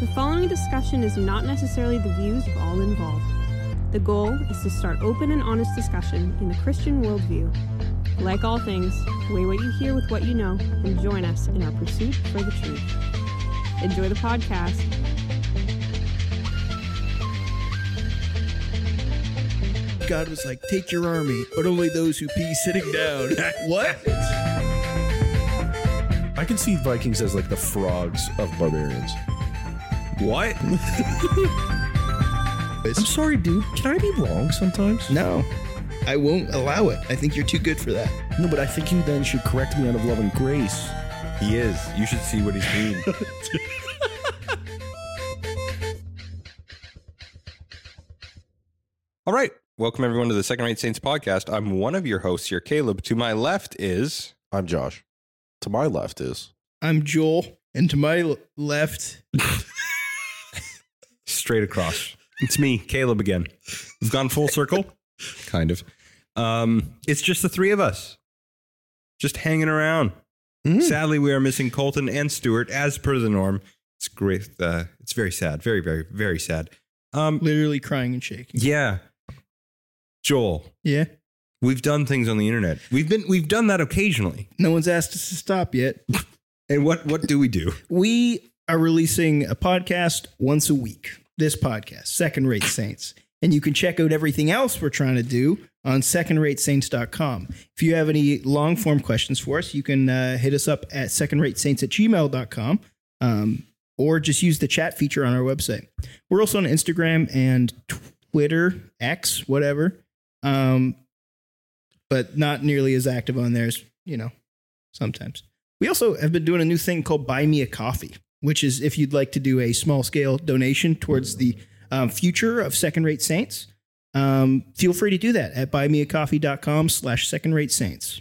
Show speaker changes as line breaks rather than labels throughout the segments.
The following discussion is not necessarily the views of all involved. The goal is to start open and honest discussion in the Christian worldview. Like all things, weigh what you hear with what you know and join us in our pursuit for the truth. Enjoy the podcast.
God was like, take your army, but only those who pee sitting down. what?
I can see Vikings as like the frogs of barbarians.
What?
I'm sorry, dude. Can I be wrong sometimes?
no, I won't allow it. I think you're too good for that.
No, but I think you then should correct me out of love and grace.
He is. You should see what he's doing. All right. Welcome, everyone, to the Second Rate Saints podcast. I'm one of your hosts here, Caleb. To my left is.
I'm Josh. To my left is.
I'm Joel, and to my l- left,
straight across. It's me, Caleb again. We've gone full circle, kind of. Um, it's just the three of us, just hanging around.
Mm.
Sadly, we are missing Colton and Stewart as per the norm. It's great. Uh, it's very sad. Very, very, very sad. Um,
literally crying and shaking.
yeah, Joel,
Yeah,
we've done things on the internet. We've been we've done that occasionally.
no one's asked us to stop yet.
And what what do we do?
We are releasing a podcast once a week. This podcast, Second Rate Saints. And you can check out everything else we're trying to do on secondratesaints.com. If you have any long form questions for us, you can uh, hit us up at secondratesaints at gmail.com um, or just use the chat feature on our website. We're also on Instagram and Twitter, X, whatever, um, but not nearly as active on there as, you know, sometimes. We also have been doing a new thing called Buy Me a Coffee, which is if you'd like to do a small scale donation towards the um, future of Second Rate Saints, um, feel free to do that at buymeacoffee.com slash second rate saints.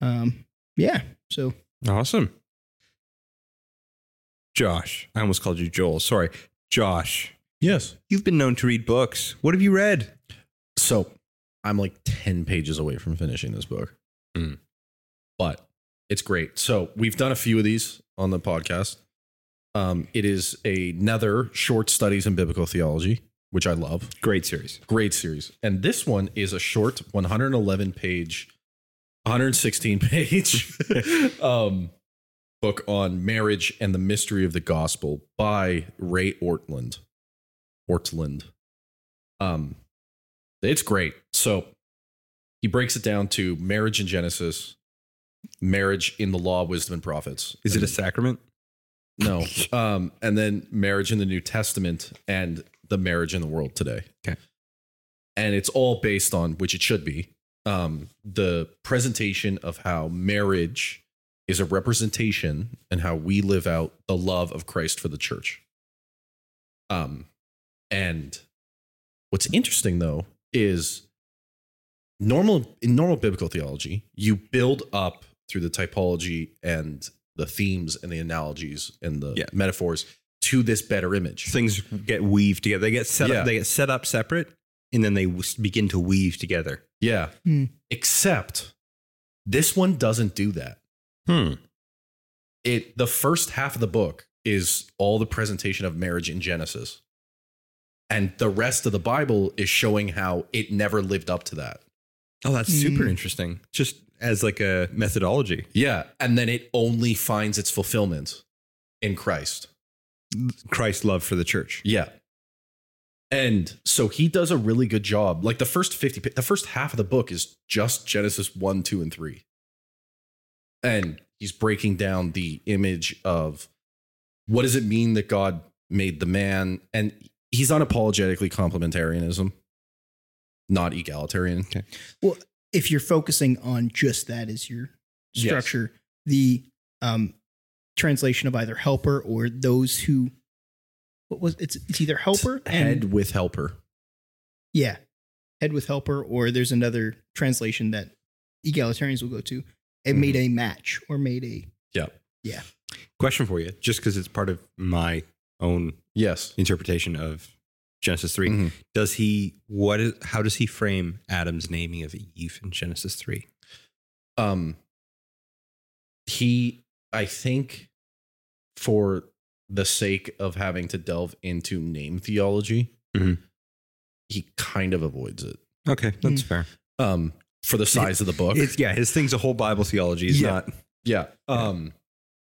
Um, yeah. So
Awesome. Josh, I almost called you Joel. Sorry. Josh,
Yes.
you've been known to read books. What have you read?
So I'm like 10 pages away from finishing this book.
Mm.
But it's great. So we've done a few of these on the podcast. Um, it is another short studies in biblical theology, which I love.
Great series.
Great series. And this one is a short 111 page, 116 page um, book on marriage and the mystery of the gospel by Ray Ortland. Ortland. Um, it's great. So he breaks it down to marriage in Genesis, marriage in the law, wisdom, and prophets.
Is it a
And-
sacrament?
no. Um, and then marriage in the New Testament and the marriage in the world today.
Okay.
And it's all based on, which it should be, um, the presentation of how marriage is a representation and how we live out the love of Christ for the church. Um, and what's interesting though is normal in normal biblical theology, you build up through the typology and the themes and the analogies and the
Yeah.
metaphors to this better image.
Things get weaved together. They get set
Yeah.
up. They get set up separate, and then they w- begin to weave together.
Yeah.
Hmm.
Except this one doesn't do that.
Hmm.
It the first half of the book is all the presentation of marriage in Genesis. And the rest of the Bible is showing how it never lived up to that.
Oh, that's super
Mm.
interesting. Just as like a methodology.
Yeah. And then it only finds its fulfillment in Christ.
Christ's love for the church.
Yeah. And so he does a really good job. Like the first 50, pa- the first half of the book is just Genesis 1, 2, and 3. And he's breaking down the image of what does it mean that God made the man? And he's unapologetically complementarianism, not egalitarian.
if you're focusing on just that as your
Yes.
structure, the um, translation of either helper or those who, what was it's, it's either helper and
Head with helper.
Yeah. Head with helper, or there's another translation that egalitarians will go to. It
Mhm.
made a match or made a.
Question for you, just because it's part of my own
Yes.
interpretation of Genesis 3.
Mhm.
Does he what is how does he frame Adam's naming of Eve in Genesis 3?
um he i think for the sake of having to delve into name theology,
Mhm.
he kind of avoids it.
Okay, that's fair.
Um, for the size of the book,
Mm. It's yeah, his thing's a whole Bible theology. It's
Yeah.
not
yeah. Um,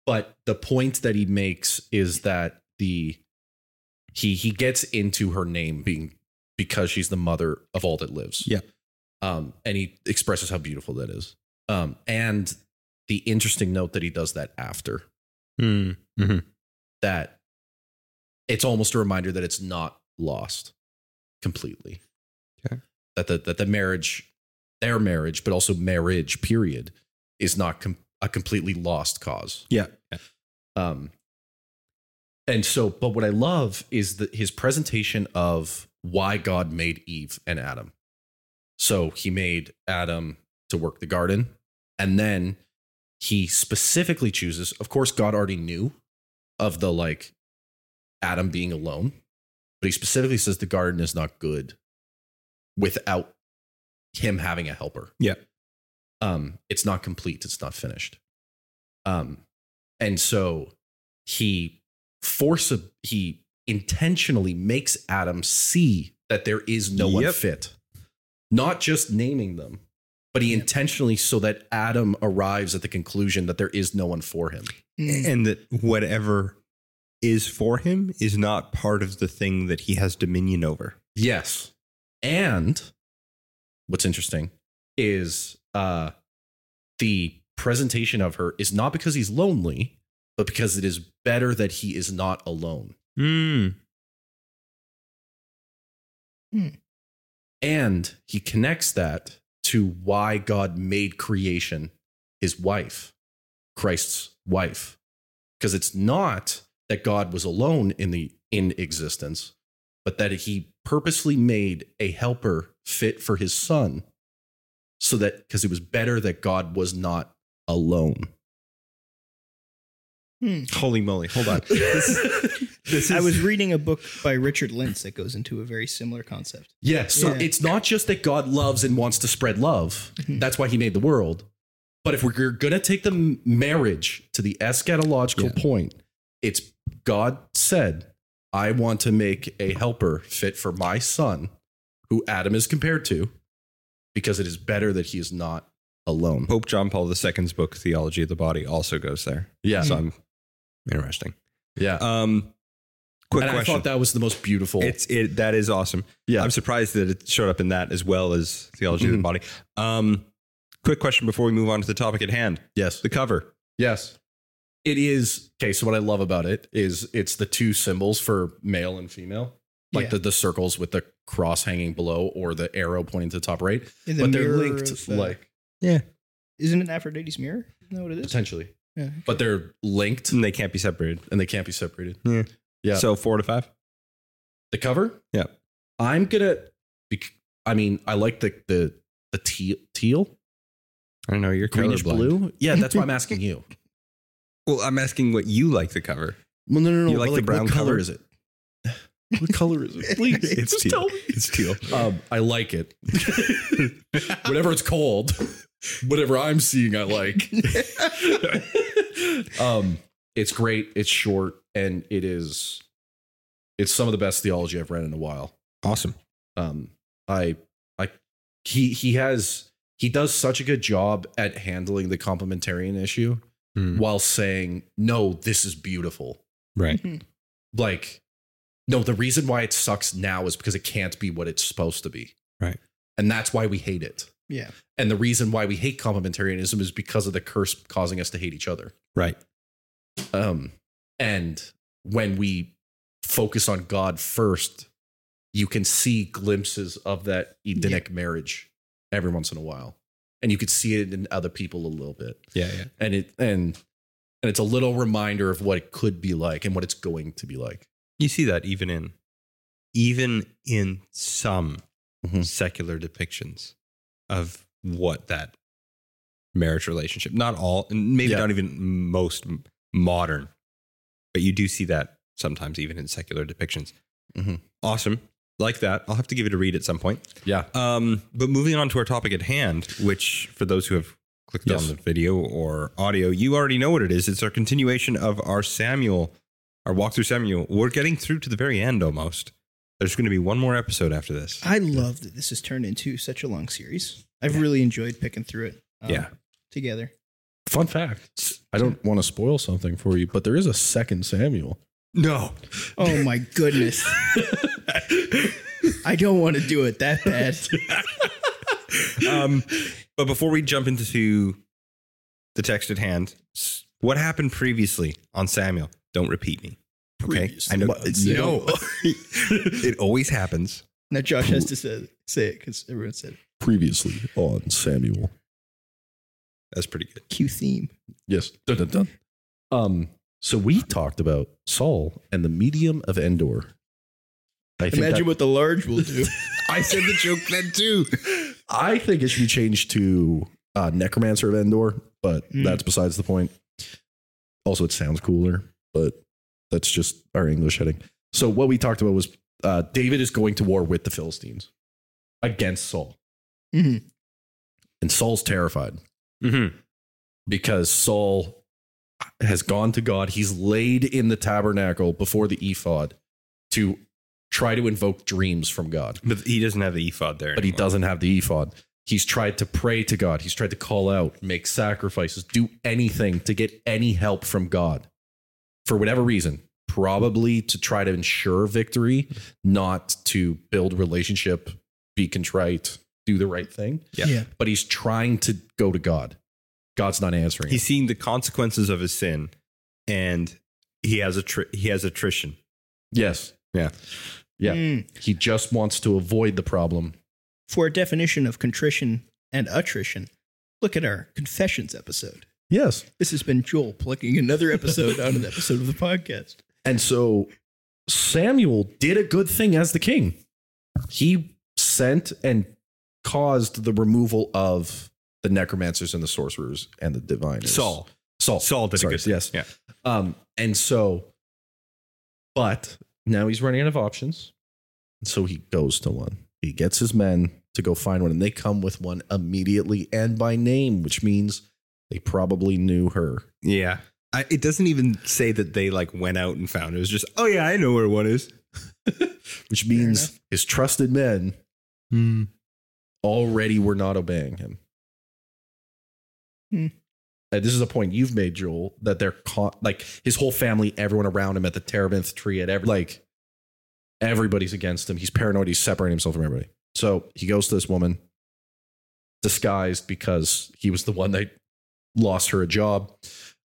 but the point that he makes is that the he he gets into her name being because she's the mother of all that lives.
Yeah.
Um, and he expresses how beautiful that is. Um, and the interesting note that he does that after Hmm. that it's almost a reminder that it's not lost completely.
Okay.
That the that the marriage, their marriage, but also marriage period, is not com- a completely lost cause.
Yeah.
Um. And so, but what I love is that his presentation of why God made Eve and Adam. So he made Adam to work the garden, and then he specifically chooses. Of course, God already knew of the like Adam being alone, but he specifically says the garden is not good without him having a helper.
Yeah.
Um, it's not complete, it's not finished. Um, and so he force he intentionally makes Adam see that there is no one
Yep.
fit. Not just naming them, but he intentionally so that Adam arrives at the conclusion that there is no one for him.
Mm.
and that whatever is for him is not part of the thing that he has dominion over.
Yes. And what's interesting is uh the presentation of her is not because he's lonely, but because it is better that he is not alone. Hmm. And he connects that to why God made creation his wife, Christ's wife. Because it's not that God was alone in the in existence, but that he purposely made a helper fit for his son so that because it was better that God was not alone.
Holy moly! Hold on. This is- this is,
hmm. I was reading a book by Richard Lentz that goes into a very similar concept.
Yeah, so
Yeah.
it's not just that God loves and wants to spread love.
Mm-hmm.
Mhm.
That's why he made the world. But if we're going to take the m- marriage to the eschatological point, it's God said, I want to make a helper fit for my son, who Adam is compared to, because it is better that he is not alone.
Pope John Paul II's book, Theology of the Body, also goes there.
Yeah.
So I'm interesting.
Yeah.
Um, quick
and I
question.
thought that was the most beautiful.
it's it that is awesome.
yeah.
I'm surprised that it showed up in that as well as Theology of the
Mhm.
Body. Um, quick question before we move on to the topic at hand:
yes.
the cover.
Yes. It is okay. So what I love about it is it's the two symbols for male and female, like
Yeah.
the, the circles with the cross hanging below or the arrow pointing to the top right,
In
but they're
mirror
linked
of, uh,
like
isn't it Aphrodite's mirror? Isn't that what it is?
potentially,
Yeah.
but they're linked
And they can't be separated.
and they can't be separated. Yeah.
So four to five.
The cover,
Yeah.
I'm gonna. bec- I mean, I like the the the teal, teal
I don't know. You're
greenish
colorblind.
blue. Yeah, that's why I'm asking you.
Well, I'm asking what you like the cover.
Well, no, no, no.
You like
but,
the brown
what color
cover?
is it? What color is it? Please,
It's
just
teal.
tell me.
It's teal.
Um, I like it. whatever it's called, whatever I'm seeing, I like. um, it's great. It's short, and it is. It's some of the best theology I've read in a while.
Awesome.
Um, I, I, he he has he does such a good job at handling the complementarian issue
Hmm.
while saying no, this is beautiful.
Right.
Hmm.
Like, no, the reason why it sucks now is because it can't be what it's supposed to be.
Right.
And that's why we hate it.
Yeah.
And the reason why we hate complementarianism is because of the curse causing us to hate each other.
Right.
Um, and when we focus on God first, you can see glimpses of that Edenic marriage every once in a while. And you could see it in other people a little bit.
Yeah. Yeah.
And it and and it's a little reminder of what it could be like and what it's going to be like.
You see that even in even in some Mm-hmm.
Mhm.
secular depictions of what that marriage relationship. Not all, and maybe
Yeah.
not even most m- modern, but you do see that sometimes even in secular depictions. Mm-hmm.
Mhm.
Awesome. Like that. I'll have to give it a read at some point.
Yeah.
Um, but moving on to our topic at hand, which for those who have clicked
Yes.
on the video or audio, you already know what it is. It's our continuation of our Samuel our walk through Samuel. We're getting through to the very end almost. There's going to be one more episode after this.
I love that this has turned into such a long series. I've really enjoyed picking through it. um,
Yeah.
Together.
Fun fact. I don't want to spoil something for you, but there is a second Samuel.
No.
Oh my goodness. I don't want to do it that bad.
um, but before we jump into the text at hand, s- what happened previously on Samuel? Don't repeat me. Okay. I know. No. it always happens.
Now Josh has to say, say it because everyone said it.
Previously on Samuel.
That's pretty good.
Q theme.
Yes. Dun, dun, dun. Um, so we talked about Saul and the medium of Endor. I think,
Imagine
that-
what the large will do.
I said the joke then too. I think it should be changed to uh, Necromancer of Endor, but
Mm.
that's besides the point. Also, it sounds cooler, but that's just our English heading. So what we talked about was uh, David is going to war with the Philistines against Saul,
Mhm.
and Saul's terrified Mm-hmm. because Saul has gone to God. He's laid in the tabernacle before the ephod to try to invoke dreams from God
But he doesn't have the ephod there.
but he
anymore.
doesn't have the ephod. He's tried to pray to God. He's tried to call out, make sacrifices, do anything to get any help from God for whatever reason, probably to try to ensure victory, not to build relationship, be contrite, do the right thing.
Yeah.
Yeah.
But he's trying to go to God. God's not answering.
He's seeing the consequences of his sin, and he has a tr- he has attrition.
yes.
Yeah.
Yeah.
Mm.
He just wants to avoid the problem.
For a definition of contrition and attrition, look at our confessions episode.
Yes.
This has been Joel plucking another episode out of the episode of the podcast.
And so Samuel did a good thing as the king. He sent and caused the removal of the necromancers and the sorcerers and the diviners.
Saul.
Saul.
Saul did
Sorry,
a good.
yes.
Yeah.
Um, and so, but now he's running out of options. And so he goes to one. He gets his men to go find one, and they come with one immediately and by name, which means they probably knew her.
Yeah. I, it doesn't even say that they like went out and found it. It was just, oh yeah, I know where one is.
which means
enough.
his trusted men already were not obeying him.
Hmm.
And this is a point you've made, Joel, that they're caught, like his whole family, everyone around him at the terebinth tree, at every, like everybody's against him. He's paranoid. He's separating himself from everybody. So he goes to this woman disguised because he was the one that lost her a job.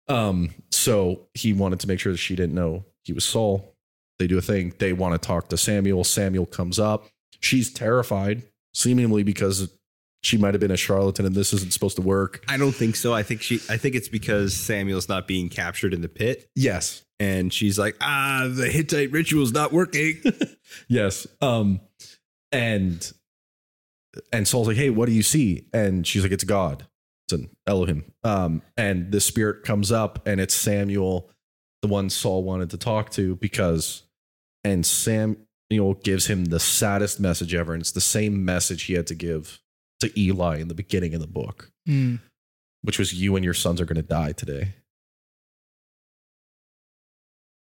Um, so he wanted to make sure that she didn't know he was Saul. They do a thing. They want to talk to Samuel. Samuel comes up. She's terrified, seemingly because she might have been a charlatan and this isn't supposed to work.
I don't think so. I think she. I think it's because Samuel's not being captured in the pit,
Yes.
and she's like, ah, the Hittite ritual's not working.
yes. Um, and and Saul's like, "Hey, what do you see?" And she's like, "It's God. It's an Elohim." Um, and the spirit comes up, and it's Samuel, the one Saul wanted to talk to, because and Samuel gives him the saddest message ever, and it's the same message he had to give to Eli in the beginning of the book,
Mm.
which was, "You and your sons are going to die today,"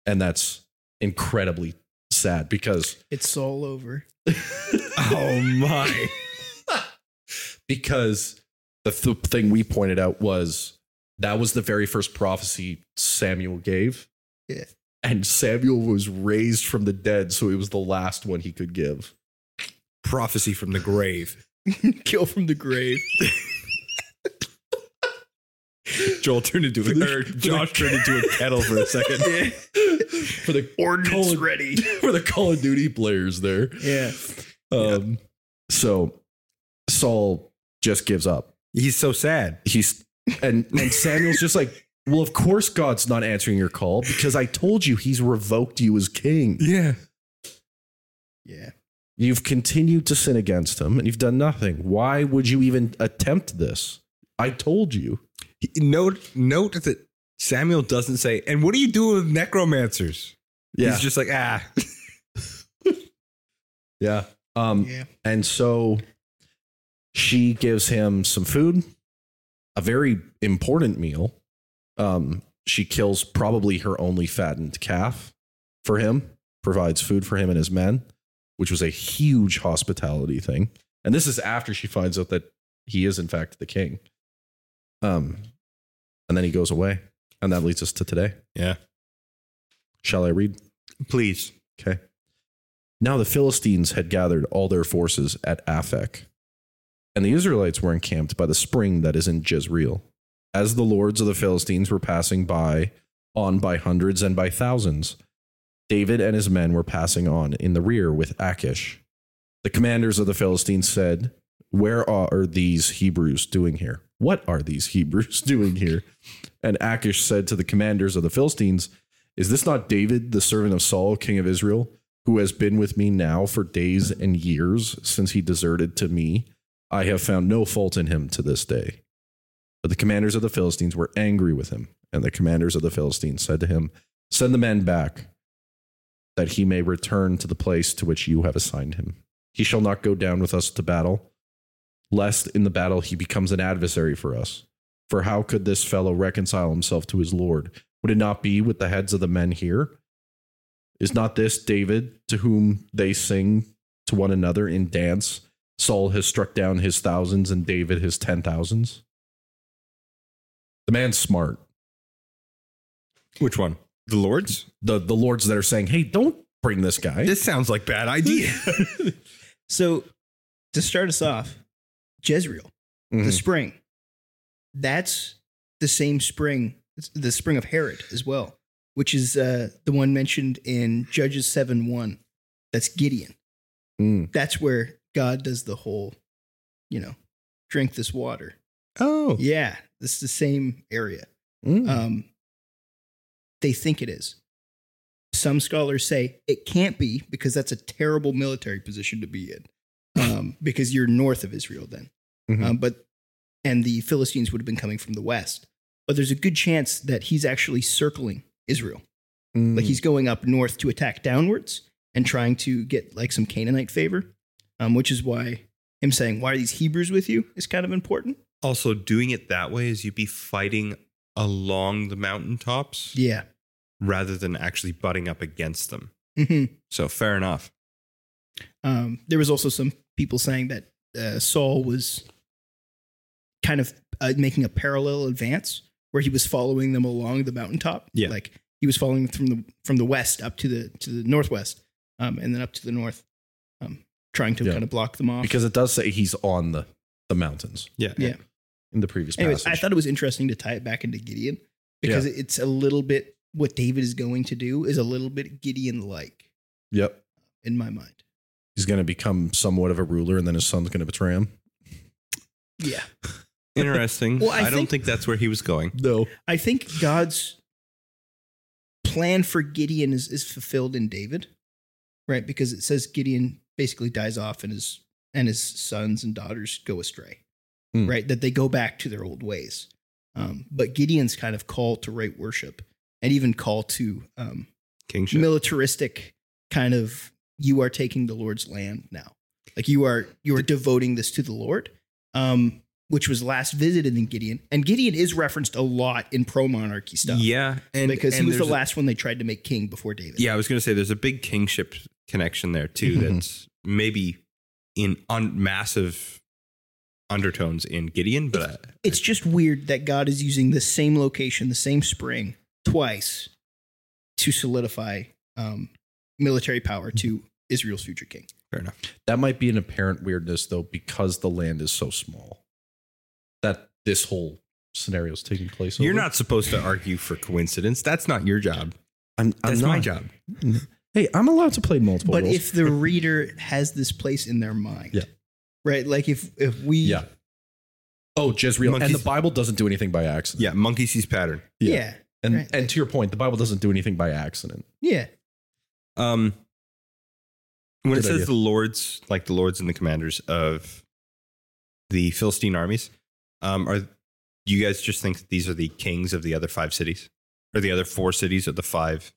and that's incredibly sad because
It's all over.
oh my!
because the th- thing we pointed out was that was the very first prophecy Samuel gave.
Yeah.
And Samuel was raised from the dead, so it was the last one he could give.
Prophecy from the grave.
Kill from the grave.
Joel turned into
For the-
a. Or
for the-
Josh turned into a kettle for a second.
For the
Ordnance
Call of-
ready.
for the Call of Duty players there.
Yeah.
Um so Saul just gives up.
He's so sad.
He's and and Samuel's just like, Well, of course God's not answering your call because I told you he's revoked you as king.
Yeah.
Yeah.
You've continued to sin against him and you've done nothing. Why would you even attempt this? I told you.
He- Note note that Samuel doesn't say, and what do you do with necromancers? He's just like, ah.
yeah. Um,
Yeah.
And so she gives him some food, a very important meal. Um, she kills probably her only fattened calf for him, provides food for him and his men, which was a huge hospitality thing. And this is after she finds out that he is in fact the king. Um, and then he goes away, and that leads us to today.
Yeah.
Shall I read?
Please.
Okay. Now the Philistines had gathered all their forces at Aphek, and the Israelites were encamped by the spring that is in Jezreel. As the lords of the Philistines were passing by, on by hundreds and by thousands, David and his men were passing on in the rear with Achish. The commanders of the Philistines said, Where are these Hebrews doing here? What are these Hebrews doing here? And Achish said to the commanders of the Philistines, Is this not David, the servant of Saul, king of Israel, who has been with me now for days and years since he deserted to me? I have found no fault in him to this day. But the commanders of the Philistines were angry with him, and the commanders of the Philistines said to him, Send the men back, that he may return to the place to which you have assigned him. He shall not go down with us to battle, lest in the battle he becomes an adversary for us. For how could this fellow reconcile himself to his Lord? Would it not be with the heads of the men here? Is not this David to whom they sing to one another in dance? Saul has struck down his thousands and David his ten thousands. The man's smart.
Which one? The Lord's?
The the lords that are saying, "Hey, don't bring this guy."
This sounds like bad idea.
So to start us off, Jezreel, the
Mhm.
spring. That's the same spring, it's the spring of Herod as well, which is uh, the one mentioned in Judges 7 1. That's Gideon.
Mm.
That's where God does the whole, you know, drink this water.
oh.
Yeah, it's the same area.
Mm.
Um, they think it is. Some scholars say it can't be because that's a terrible military position to be in um, because you're north of Israel then.
Mhm.
Um, but and the Philistines would have been coming from the west. But there's a good chance that he's actually circling Israel.
Mm.
Like he's going up north to attack downwards and trying to get like some Canaanite favor, um, which is why him saying, Why are these Hebrews with you? is kind of important.
Also, doing it that way is you'd be fighting along the mountaintops
Yeah.
rather than actually butting up against them.
hmm
So fair enough.
Um, there was also some people saying that uh, Saul was kind of uh, making a parallel advance where he was following them along the mountaintop.
Yeah.
like he was following them from the from the west up to the to the northwest, um, and then up to the north, um, trying to
Yeah.
kind of block them off.
mm-hmm. because it does say he's on the the mountains
Yeah.
Yeah.
in the previous
Anyways, I
passage.
thought it was interesting to tie it back into Gideon because it's a little bit what David is going to do is a little bit Gideon like
yep,
in my mind.
he's going to become somewhat of a ruler, and then his son's going to betray him.
Yeah.
Interesting.
Well, I
I, don't
think-
think that's where he was going.
No,
I think God's plan for Gideon is, is fulfilled in David, right? Because it says Gideon basically dies off and his and his sons and daughters go astray,
Hmm.
right? That they go back to their old ways. Um, but Gideon's kind of call to right worship and even call to um,
Kingship.
militaristic kind of you are taking the Lord's land now. Like you are you are devoting this to the Lord. Um which was last visited in Gideon. And Gideon is referenced a lot in pro monarchy stuff.
Yeah. And
because
and
he was the
there's a-
last one they tried to make king before David.
Yeah, I was going to say there's a big kingship connection there too.
Mhm.
That's maybe in un- massive undertones in Gideon, but uh, I-
It's just weird that God is using the same location, the same spring, twice to solidify um, military
Mm-hmm.
power to Israel's future king.
fair enough.
that might be an apparent weirdness though, because the land is so small that this whole scenario is taking place.
You're
over.
not supposed to argue for coincidence. That's not your job.
I'm, I'm
That's
not.
my job.
Hey, I'm allowed to play multiple.
but
roles.
if the reader has this place in their mind
Yeah.
right like if if we
yeah. Oh, Jezreel, and
Monkeys-
the Bible doesn't do anything by accident.
Yeah, monkey sees pattern.
yeah
yeah.
yeah,
And
Right.
and to your point, the Bible doesn't do anything by accident.
Um, when
Good
it says
idea.
the lords, like the lords and the commanders of the Philistine armies, um, are you guys just think that these are the kings of the other five cities, or the other four cities of the five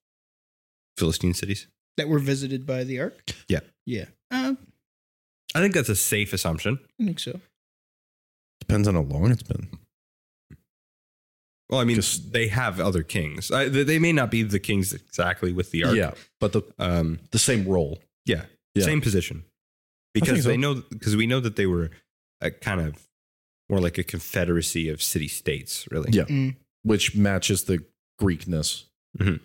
Philistine cities?
that were visited by the ark
Yeah.
yeah um,
I think that's a safe assumption.
i think so
Depends on how long it's been.
Well, I mean,
Just-
they have other kings. I, they they may not be the kings exactly with the ark.
Yeah, but the
Um,
the same role.
yeah,
Yeah.
Same position. Because
so.
they know, because we know that they were a kind of more like a confederacy of city states, really.
Yeah.
Mm.
which matches the Greekness.
Mhm.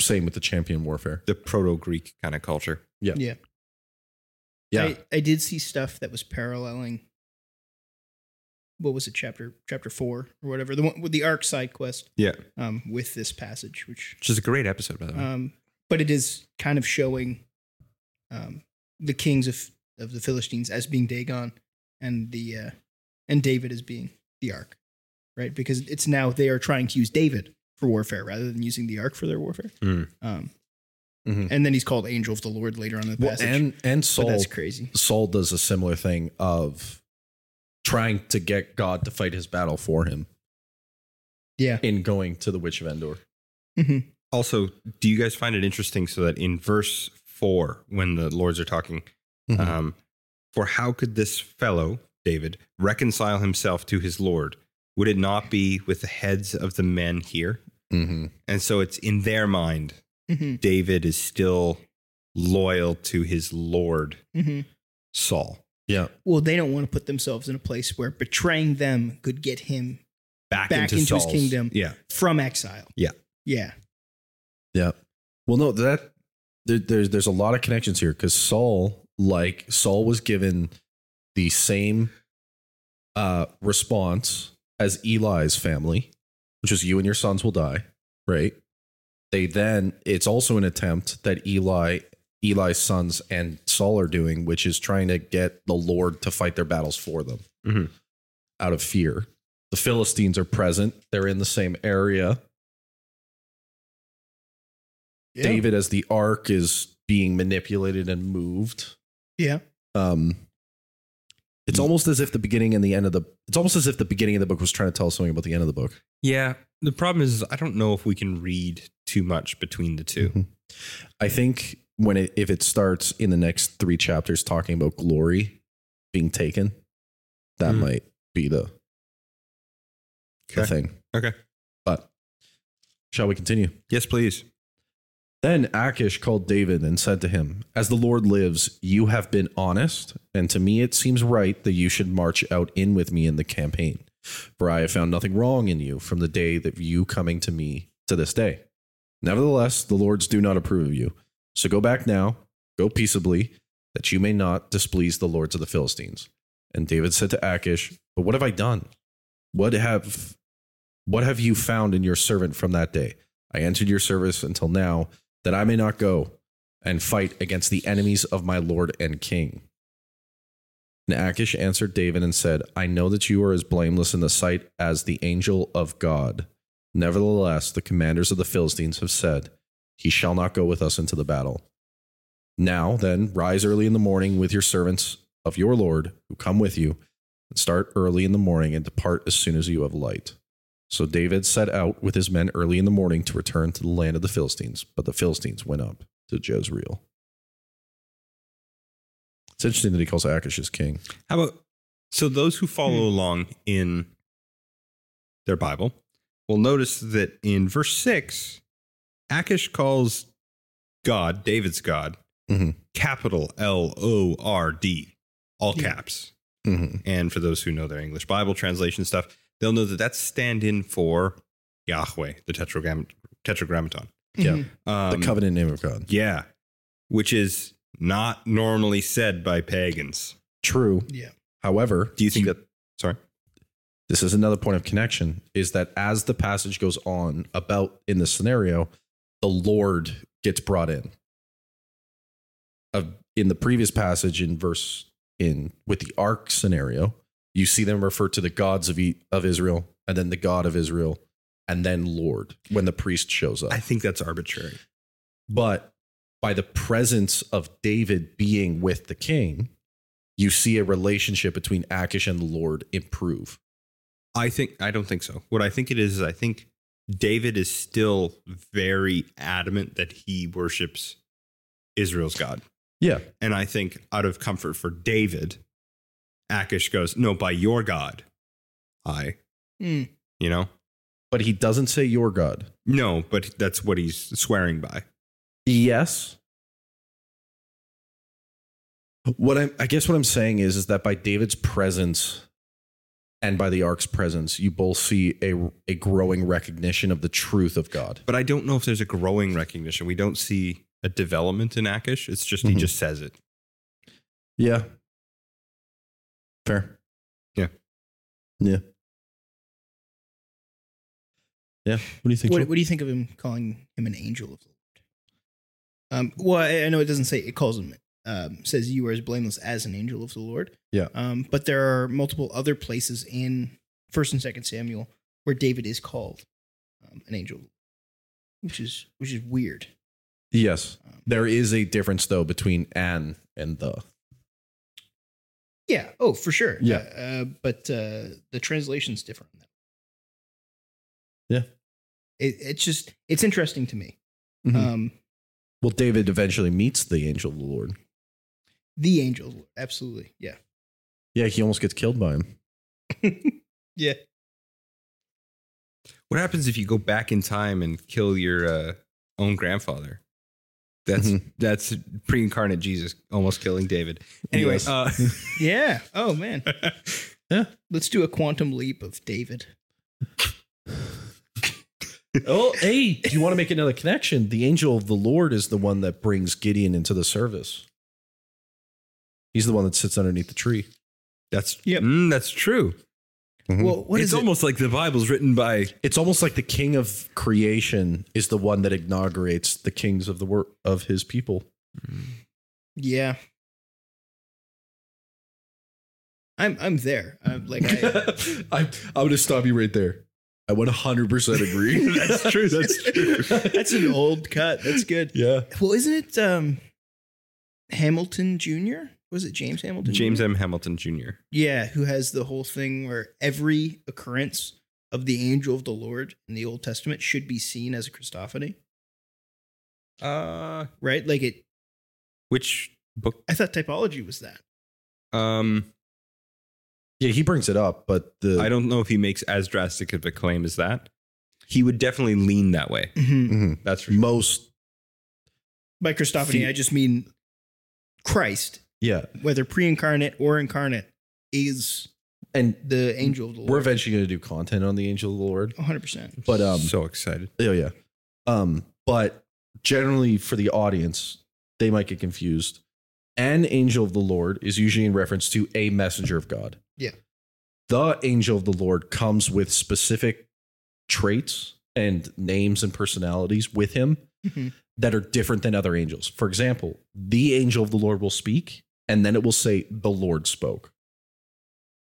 Same with the champion warfare.
The proto Greek kind of culture.
Yeah.
Yeah.
Yeah.
I, I did see stuff that was paralleling. What was it, chapter chapter four or whatever? The one with the Ark side quest.
Yeah.
Um, with this passage, which
Which is a great episode, by the way.
Mm-hmm.
um, but it is kind of showing um, the kings of of the Philistines as being Dagon and the uh, and David as being the Ark, right? Because it's now they are trying to use David for warfare rather than using the Ark for their warfare.
Mm.
Um,
Mhm.
And then he's called Angel of the Lord later on in the
Well,
passage.
and and
but
Saul
that's crazy.
Saul does a similar thing of trying to get God to fight his battle for him
Yeah.
in going to the Witch of Endor.
also, do you guys find it interesting so that in verse four, when the lords are talking, um, for how could this fellow, David, reconcile himself to his Lord? Would it not be with the heads of the men here?
Mhm.
And so it's in their mind,
hmm
David is still loyal to his Lord,
hmm
Saul.
Yeah.
Well, they don't want to put themselves in a place where betraying them could get him
Back,
Back
into,
into his
Saul's-
kingdom.
Yeah.
from exile.
Yeah.
Yeah.
Yeah. Well, no, that there, there's there's a lot of connections here because Saul, like Saul, was given the same uh, response as Eli's family, which is you and your sons will die, right? They then it's also an attempt that Eli, Eli's sons, and Saul are doing, which is trying to get the Lord to fight their battles for them
Mhm.
out of fear. The Philistines are present; they're in the same area. David as the ark is being manipulated and moved.
Yeah.
Um, it's almost as if the beginning and the end of the it's almost as if the beginning of the book was trying to tell us something about the end of the book.
Yeah. The problem is, I don't know if we can read too much between the 2
Mm-hmm. I think when it if it starts in the next three chapters talking about glory being taken, that
Hmm.
might be the, the
Okay.
thing.
Okay.
But shall we continue?
Yes, please.
Then Achish called David and said to him, As the Lord lives, you have been honest, and to me it seems right that you should march out in with me in the campaign. For I have found nothing wrong in you from the day that you coming to me to this day. Nevertheless, the Lords do not approve of you. So go back now, go peaceably, that you may not displease the Lords of the Philistines. And David said to Achish, But what have I done? What have what have you found in your servant from that day? I entered your service until now, that I may not go and fight against the enemies of my lord and king. And Achish answered David and said, I know that you are as blameless in the sight as the angel of God. Nevertheless, the commanders of the Philistines have said, He shall not go with us into the battle. Now, then, rise early in the morning with your servants of your Lord who come with you, and start early in the morning and depart as soon as you have light. So David set out with his men early in the morning to return to the land of the Philistines, but the Philistines went up to Jezreel. It's interesting that he calls Achish his king.
How about so those who follow
Hmm.
along in their Bible will notice that in verse six, Akish calls God, David's God,
Mhm.
capital L O R D, all
Yeah.
caps.
Mm-hmm.
And for those who know their English Bible translation stuff, they'll know that that's stand in for Yahweh, the tetragram- tetragrammaton,
Yeah.
Mhm.
um,
the covenant name of God.
Yeah, which is not normally said by pagans.
True.
Yeah.
However,
Do you think that? Sorry.
this is another point of connection is that as the passage goes on about in this scenario the lord gets brought in Uh, in the previous passage in verse in with the ark scenario you see them refer to the gods of, e- of israel and then the god of israel and then lord when the priest shows up
I think that's arbitrary.
but by the presence of David being with the king, you see a relationship between Achish and the Lord improve.
I think I don't think so. What I think it is is I think David is still very adamant that he worships Israel's God.
Yeah.
And I think out of comfort for David, Akish goes, "No, by your God." I,
Mm.
you know?
but he doesn't say your God.
No, but that's what he's swearing by.
Yes. What I, I guess what I'm saying is, is that by David's presence and by the ark's presence, you both see a, a growing recognition of the truth of God.
But I don't know if there's a growing recognition. We don't see a development in Akish. It's just he
Mhm.
just says it.
Yeah. Fair.
Yeah.
Yeah. Yeah. What do you think?
What, what do you think of him calling him an angel of the Lord? Um, well, I, I know it doesn't say it calls him um, says you are as blameless as an angel of the Lord.
Yeah.
Um, but there are multiple other places in First and Second Samuel where David is called um, an angel, which is which is weird.
yes.
Um,
There is a difference though between an and the.
yeah. Oh, for sure.
Yeah.
Uh, uh, but uh, the translation's different.
Yeah.
It, it's just it's interesting to me.
Mhm.
Um,
Well, David eventually meets the angel of the Lord.
the angel, of the Lord, absolutely. Yeah.
Yeah, he almost gets killed by him.
yeah.
What happens if you go back in time and kill your uh, own grandfather? That's that's pre-incarnate Jesus almost killing David. Anyways,
Yes.
uh,
Yeah. Oh man.
Yeah.
Let's do a quantum leap of David.
oh, hey, do you want to make another connection? The angel of the Lord is the one that brings Gideon into the service. He's the one that sits underneath the tree.
that's
Yep.
mm, that's true.
Well, what
Hmm. it's
is
almost like the Bible's written by
It's almost like the king of creation is the one that inaugurates the kings of the work of his people.
it? Yeah. I'm I'm there. I'm like I,
I'm, I'm going to stop you right there. I 100% agree.
That's true, that's true.
that's an old cut. That's good.
yeah.
Well, isn't it um Hamilton Jr.? Was it James Hamilton?
James
Jr.?
M. Hamilton Jr.
Yeah, who has the whole thing where every occurrence of the angel of the Lord in the Old Testament should be seen as a Christophany,
Uh,
right? Like it
which book?
I thought typology was that.
Um,
Yeah, he brings it up, but the
I don't know if he makes as drastic of a claim as that. He would definitely lean that way.
Mhm.
That's for sure.
most
By Christophany,
See-
I just mean Christ,
yeah,
whether pre-incarnate or incarnate, is
and
the angel of the
we're
Lord.
eventually going to do content on the angel of the Lord.
100%.
But um,
so excited.
Yeah, yeah. Um, but generally for the audience, they might get confused. An angel of the Lord is usually in reference to a messenger of God.
Yeah.
The angel of the Lord comes with specific traits and names and personalities with him
Mhm.
that are different than other angels. For example, the angel of the Lord will speak, and then it will say, "The Lord spoke."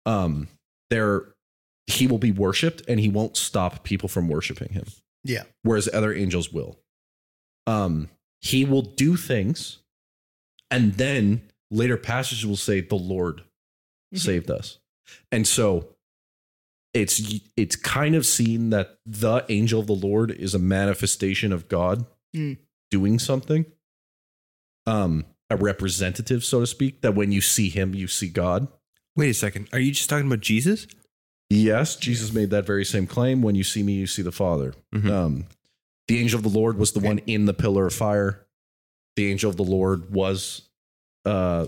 Um, there, he will be worshipped, and he won't stop people from worshiping him
Yeah.
whereas other angels will. Um, he will do things, and then later passages will say, "The Lord
Mhm.
saved us," and so it's it's kind of seen that the angel of the Lord is a manifestation of God
Mm.
doing something, um, a representative, so to speak. That when you see him, you see God.
Wait a second. Are you just talking about Jesus?
Yes, Jesus made that very same claim. When you see me, you see the Father.
Mhm.
Um, the angel of the Lord was the one in the pillar of fire. The angel of the Lord was uh,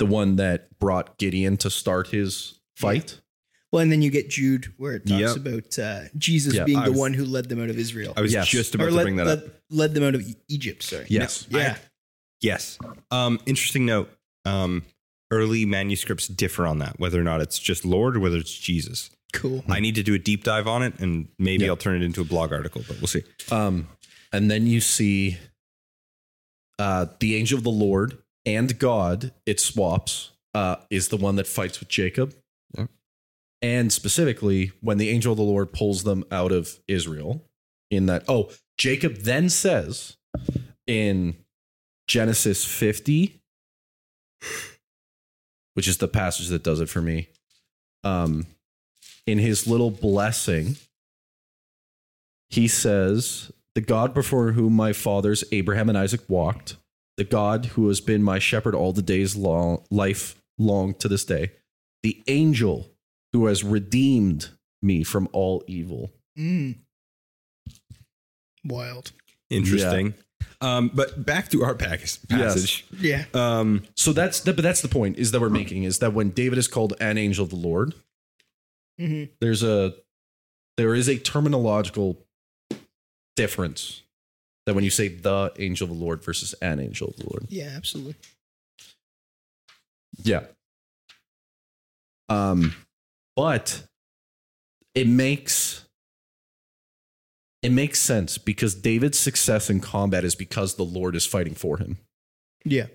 the one that brought Gideon to start his fight.
Well, and then you get Jude where it talks
Yep.
about uh, Jesus
Yeah,
being
I
the
was-
one who led them out of Israel.
I was
Yes.
just about
Or
to
led,
bring that up.
led, led them out of E- Egypt, sorry.
Yes.
Yeah.
Yes. Um, interesting note. Um, early manuscripts differ on that, whether or not it's just Lord or whether it's Jesus.
Cool.
I need to do a deep dive on it, and maybe
Hmm. Yeah.
I'll turn it into a blog article. But we'll see.
Um, and then you see uh, the angel of the Lord and God, it swaps, uh, is the one that fights with Jacob.
Yeah.
And specifically, when the angel of the Lord pulls them out of Israel, in that, oh, Jacob then says in Genesis 50, which is the passage that does it for me, um, in his little blessing, he says, The God before whom my fathers Abraham and Isaac walked, the God who has been my shepherd all the days long, life long to this day, the angel who has redeemed me from all evil
Mm. Wild.
Interesting. Um, but back to our package. passage.
Yeah.
Um,
So that's the, but that's the point is that we're making is that when David is called an angel of the Lord,
Mhm.
there's a there is a terminological difference that when you say the angel of the Lord versus an angel of the Lord.
Yeah, absolutely.
Yeah. Um, but it makes it makes sense because David's success in combat is because the Lord is fighting for him.
Yeah.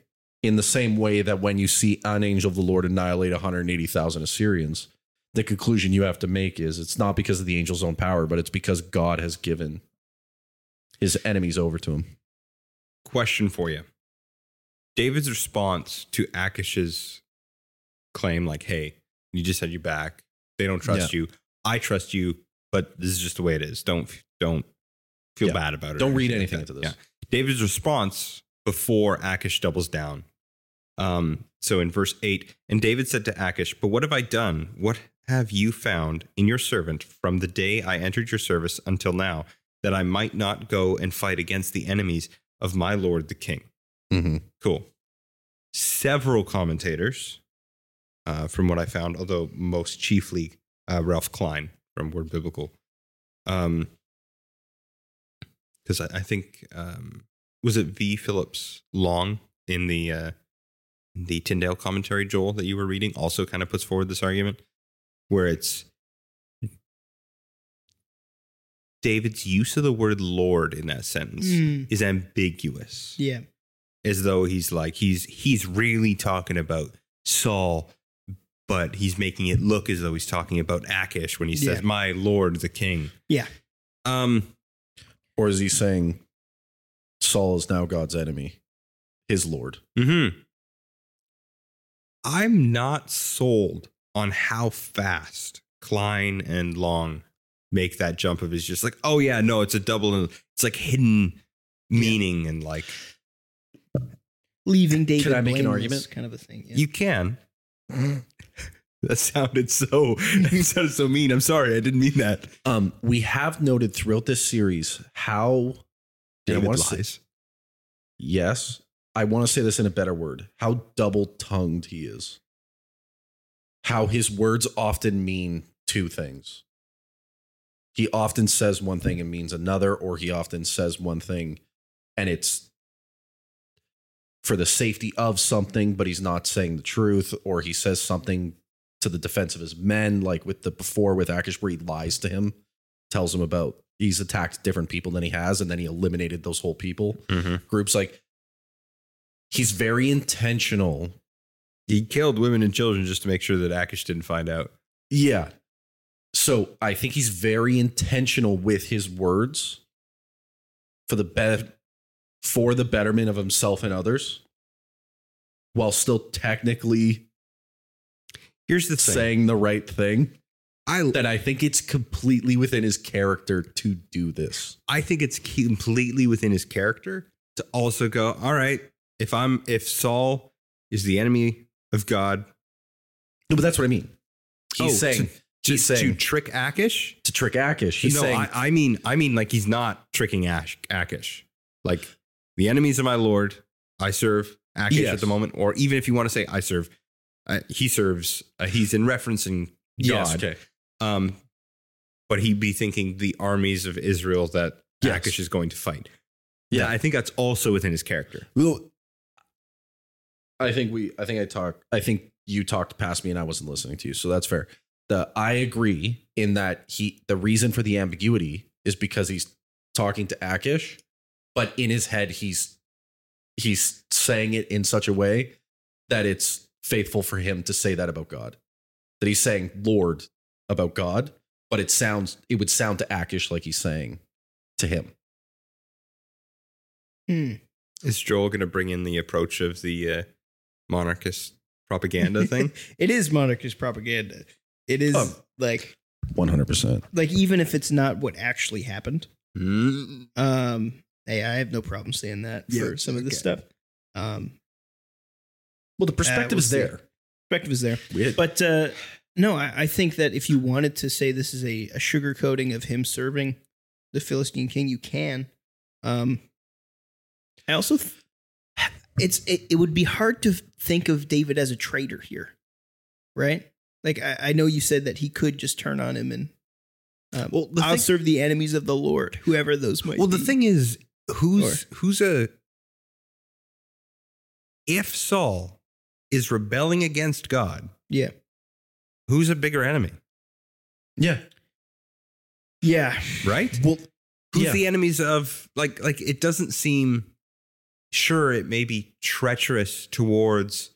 In the same way that when you see an angel of the Lord annihilate 180,000 Assyrians, the conclusion you have to make is it's not because of the angel's own power, but it's because God has given his enemies over to him.
question for you. David's response to Akish's claim, like, hey, you just had your back. They don't trust you. I trust you, but this is just the way it is. Don't don't feel
Yeah.
bad about it.
Don't
or
read anything
like
into
that.
this.
Yeah. David's response before Akish doubles down. Um, so in verse 8, and David said to Akish, But what have I done? What have you found in your servant from the day I entered your service until now, that I might not go and fight against the enemies of my lord the king?
Mm-hmm.
Cool. Several commentators, uh, from what I found, although most chiefly uh, Ralph Klein from Word Biblical, because I, I think um, was it V. Phillips Long in the uh, the Tyndale commentary, Joel, that you were reading, also kind of puts forward this argument where it's David's use of the word Lord in that sentence
Mm.
is ambiguous
Yeah.
as though he's like he's he's really talking about Saul, but he's making it look as though he's talking about Akish when he says,
Yeah.
"My lord, the king."
Yeah.
Um.
Or is he saying Saul is now God's enemy, his Lord?
Hmm. I'm not sold on how fast Klein and Long make that jump of his just like, oh yeah, no, it's a double. It's like hidden meaning and like
Leaving David.
I make an
blameless
argument?
Kind of a thing. Yeah.
You can. that sounded so that sounded so mean. I'm sorry. I didn't mean that.
Um, we have noted throughout this series how I wanna say- yes, I want to say this in a better word. How double-tongued he is. How his words often mean two things. He often says one thing and means another, or he often says one thing and it's for the safety of something, but he's not saying the truth, or he says something to the defense of his men, like with the before with Akish, where he lies to him, tells him about he's attacked different people than he has, and then he eliminated those whole people groups. Like he's very intentional.
He killed women and children just to make sure that Akish didn't find out.
Yeah. So I think he's very intentional with his words for the be- for the betterment of himself and others, while still technically
Here's the thing.
saying the right thing.
I
That I think it's completely within his character to do this.
I think it's completely within his character to also go, all right, if I'm if Saul is the enemy of God,
No, but that's what I mean. He's
Oh,
saying
to-
he's
to, to
saying to,
trick Akish.
trick Akish. He's
no,
saying
I, I mean, I mean, like he's not tricking Ash, Akish. Like the enemies of my lord, I serve Akish
Yes.
at the moment. Or even if you want to say I serve, uh, he serves. Uh, he's in referencing God.
yes, okay.
Um, but he'd be thinking the armies of Israel that
Yes.
Akish is going to fight.
Yeah.
Yeah, I think that's also within his character.
Well, I think we. I think I talked. I think you talked past me, and I wasn't listening to you. So that's fair. The I agree in that he. The reason for the ambiguity is because he's talking to Akish, but in his head he's he's saying it in such a way that it's faithful for him to say that about God. That he's saying Lord about God, but it sounds it would sound to Akish like he's saying to him.
Hmm.
Is Joel going to bring in the approach of the uh, monarchist propaganda thing?
It is monarchist propaganda. It is
Um,
like
One hundred percent.
like even if it's not what actually happened.
Mm,
Um, hey, I have no problem saying that
Yeah,
for some of this stuff. Um,
Well, the perspective
we'll
is
see.
there.
perspective is there,
We had-
but uh, No, I, I think that if you wanted to say this is a, a sugarcoating of him serving the Philistine king, you can. Um, I also, th- it's it, it would be hard to think of David as a traitor here, right? Like I, I know you said that he could just turn on him and um,
Well, the
I'll
thing-
serve the enemies of the Lord, whoever those might.
Well,
be.
the thing is, who's who's a if Saul is rebelling against God,
yeah,
who's a bigger enemy,
Yeah.
yeah,
right?
Well,
Who's
Yeah.
the enemies of like like it doesn't seem sure it may be treacherous towards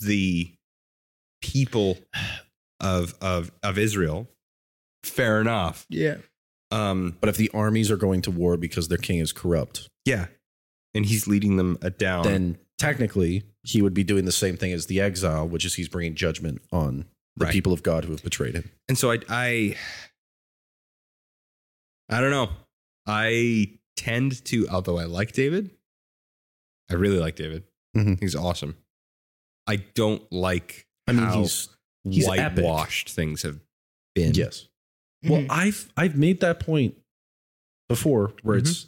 the people of of of Israel. Fair enough.
yeah.
Um
but if the armies are going to war because their king is corrupt,
yeah. And he's leading them uh, down.
then technically he would be doing the same thing as the exile, which is he's bringing judgment on the
Right.
people of God who have betrayed him.
and so I, I i don't know i tend to although i like david i really like david
Mhm.
he's awesome i don't like
I mean,
how
he's, he's epic.
whitewashed Mm-hmm. things have been
Yes.
Mm-hmm.
Well, I've I've made that point before where
Mm-hmm.
it's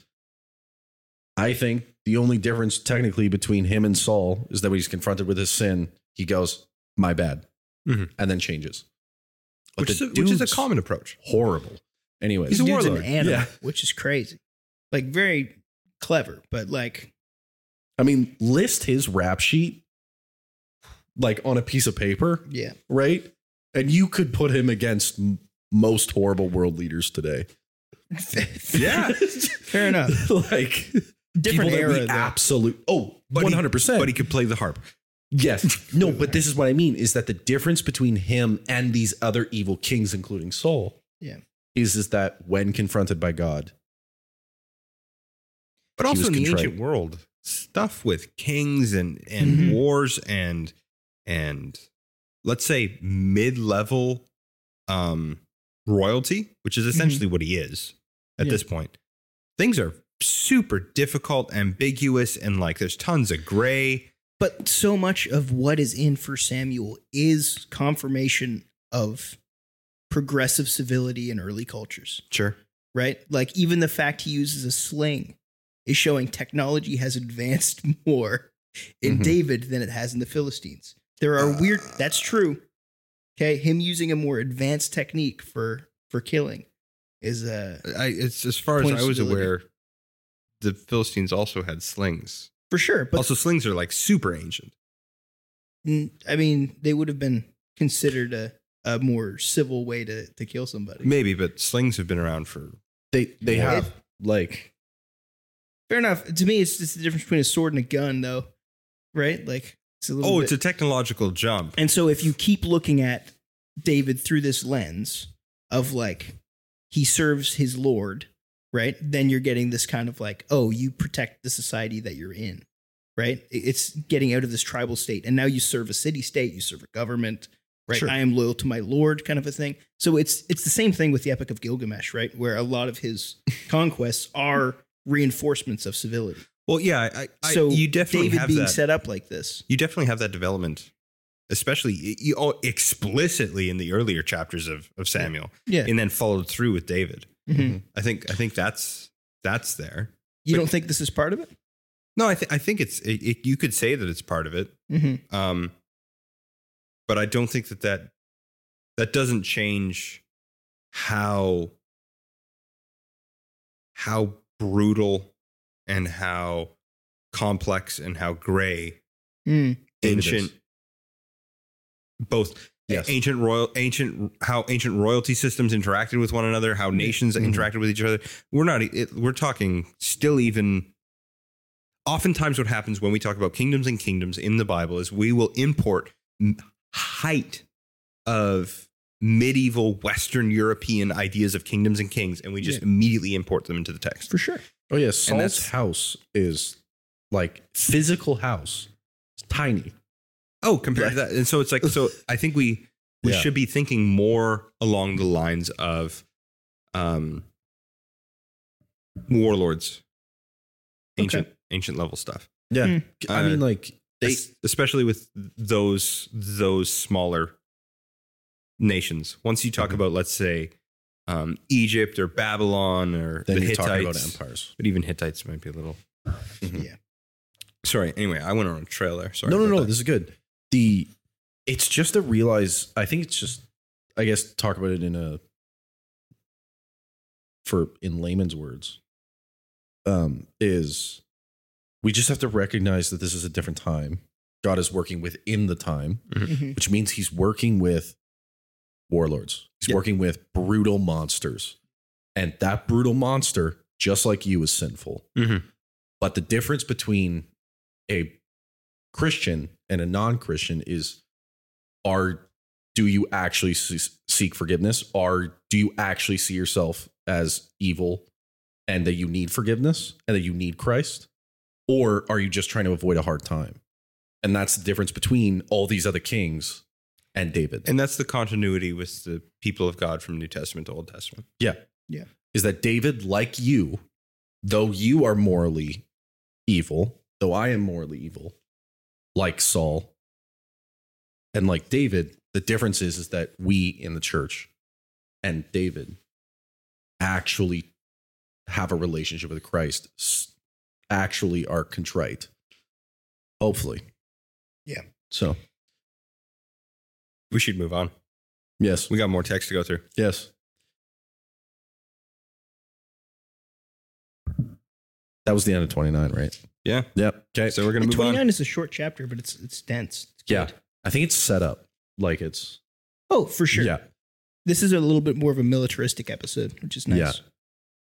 I think the only difference technically between him and Saul is that when he's confronted with his sin, he goes, My bad.
Mhm.
And then changes. But
which, is
the
a, which is a
dude's
common approach
horrible. Anyways.
He's a
Dude's
warlord.
an animal,
Yeah.
which is crazy. Like very clever, but like
I mean, list his rap sheet like on a piece of paper,
yeah,
right? And you could put him against m- most horrible world leaders today.
yeah
fair enough.
like
Different
people that we
era. though.
absolute oh
But he-
100%
but he could play the harp
Yes. No, but this is what I mean is that the difference between him and these other evil kings, including Saul,
Yeah.
is, is that when confronted by God,
but
He
also
was
in the
contrite.
ancient world stuff with kings and and
Mhm.
wars and and let's say mid-level um royalty which is essentially what he is at
Yeah.
this point things are super difficult ambiguous and like there's tons of gray
but so much of what is in for Samuel is confirmation of progressive civility in early cultures,
sure
right? Like even the fact he uses a sling is showing technology has advanced more in
Mhm.
David than it has in the Philistines. There are weird that's true. Okay, him using a more advanced technique for for killing is uh
i it's as far
Point
as i was
stability.
aware the philistines also had slings
for sure, but
also slings are like super ancient
mm, I mean, they would have been considered a a more civil way to to kill somebody.
maybe but slings have been around for
they they
Yeah.
have like
Fair enough. To me, it's just the difference between a sword and a gun, though, right? Like it's a little.
oh
bit-
it's a technological jump
and so if you keep looking at David through this lens of like he serves his Lord, right? Then you're getting this kind of like, oh, you protect the society that you're in, right? I- It's getting out of this tribal state, and now you serve a city state, you serve a government, right?
Sure.
I am loyal to my Lord, kind of a thing. So it's it's the same thing with the Epic of Gilgamesh, right? Where a lot of his conquests are reinforcements of civility
well yeah i, I
so
you definitely
David
have
being
that.
set up like this.
you definitely have that development, especially y- you, oh, explicitly in the earlier chapters of, of Samuel,
Yeah,
and then followed through with David.
Mhm.
I think I think that's that's there.
you don't think this is part of it?
No, I think I think it's it, it, you could say that it's part of it,
Mm-hmm.
um, but I don't think that that that doesn't change how how brutal and how complex and how gray Mm.
David is.
ancient both
Yes.
ancient royal ancient how ancient royalty systems interacted with one another how nations
Mhm.
interacted with each other we're not e, it, we're talking still even oftentimes what happens when we talk about kingdoms and kingdoms in the bible is we will import m- height of medieval western european ideas of kingdoms and kings and we just immediately import them into the text
For sure.
oh yeah, Saul's
that's-
house is like physical house. It's tiny.
Oh, compared to that. And so it's like so I think we we
Yeah.
should be thinking more along the lines of um warlords. Ancient ancient level stuff.
Yeah.
Hmm.
I mean
Uh,
like they
Es- especially with those those smaller nations. Once you talk
Mm-hmm.
about, let's say, um, Egypt or Babylon or
Then
the
you're
Hittites,
talking about empires.
but even Hittites might be a little. mm-hmm.
Mhm.
Yeah.
Sorry. Anyway, I went on a trail there. Sorry.
no, no,
about
no.
that.
This is good. The it's just to realize. I think it's just. I guess talk about it in a for in layman's words. Um, is we just have to recognize that this is a different time. God is working within the time,
Mhm.
which means He's working with warlords. He's
Yeah.
working with brutal monsters, and that brutal monster, just like you, is sinful.
Mhm.
But the difference between a Christian and a non-Christian is are do you actually se- seek forgiveness? Are do you actually see yourself as evil and that you need forgiveness and that you need Christ? Or are you just trying to avoid a hard time? And that's the difference between all these other kings and David.
And that's the continuity with the people of God from New Testament to Old Testament.
Yeah.
Yeah.
Is that David, like you, though you are morally evil, though I am morally evil, like Saul and like David, the difference is, is that we in the church and David actually have a relationship with Christ, s- actually are contrite. Hopefully.
Yeah.
So,
We should move on.
yes.
We got more text to go through.
Yes. That was the end of 29, right?
Yeah.
Yep. Okay.
So we're gonna
And
move on.
29 is a short chapter, but it's it's dense. It's
yeah.
good.
I think it's set up like it's
Oh, for sure.
Yeah.
This is a little bit more of a militaristic episode, which is nice.
Yeah.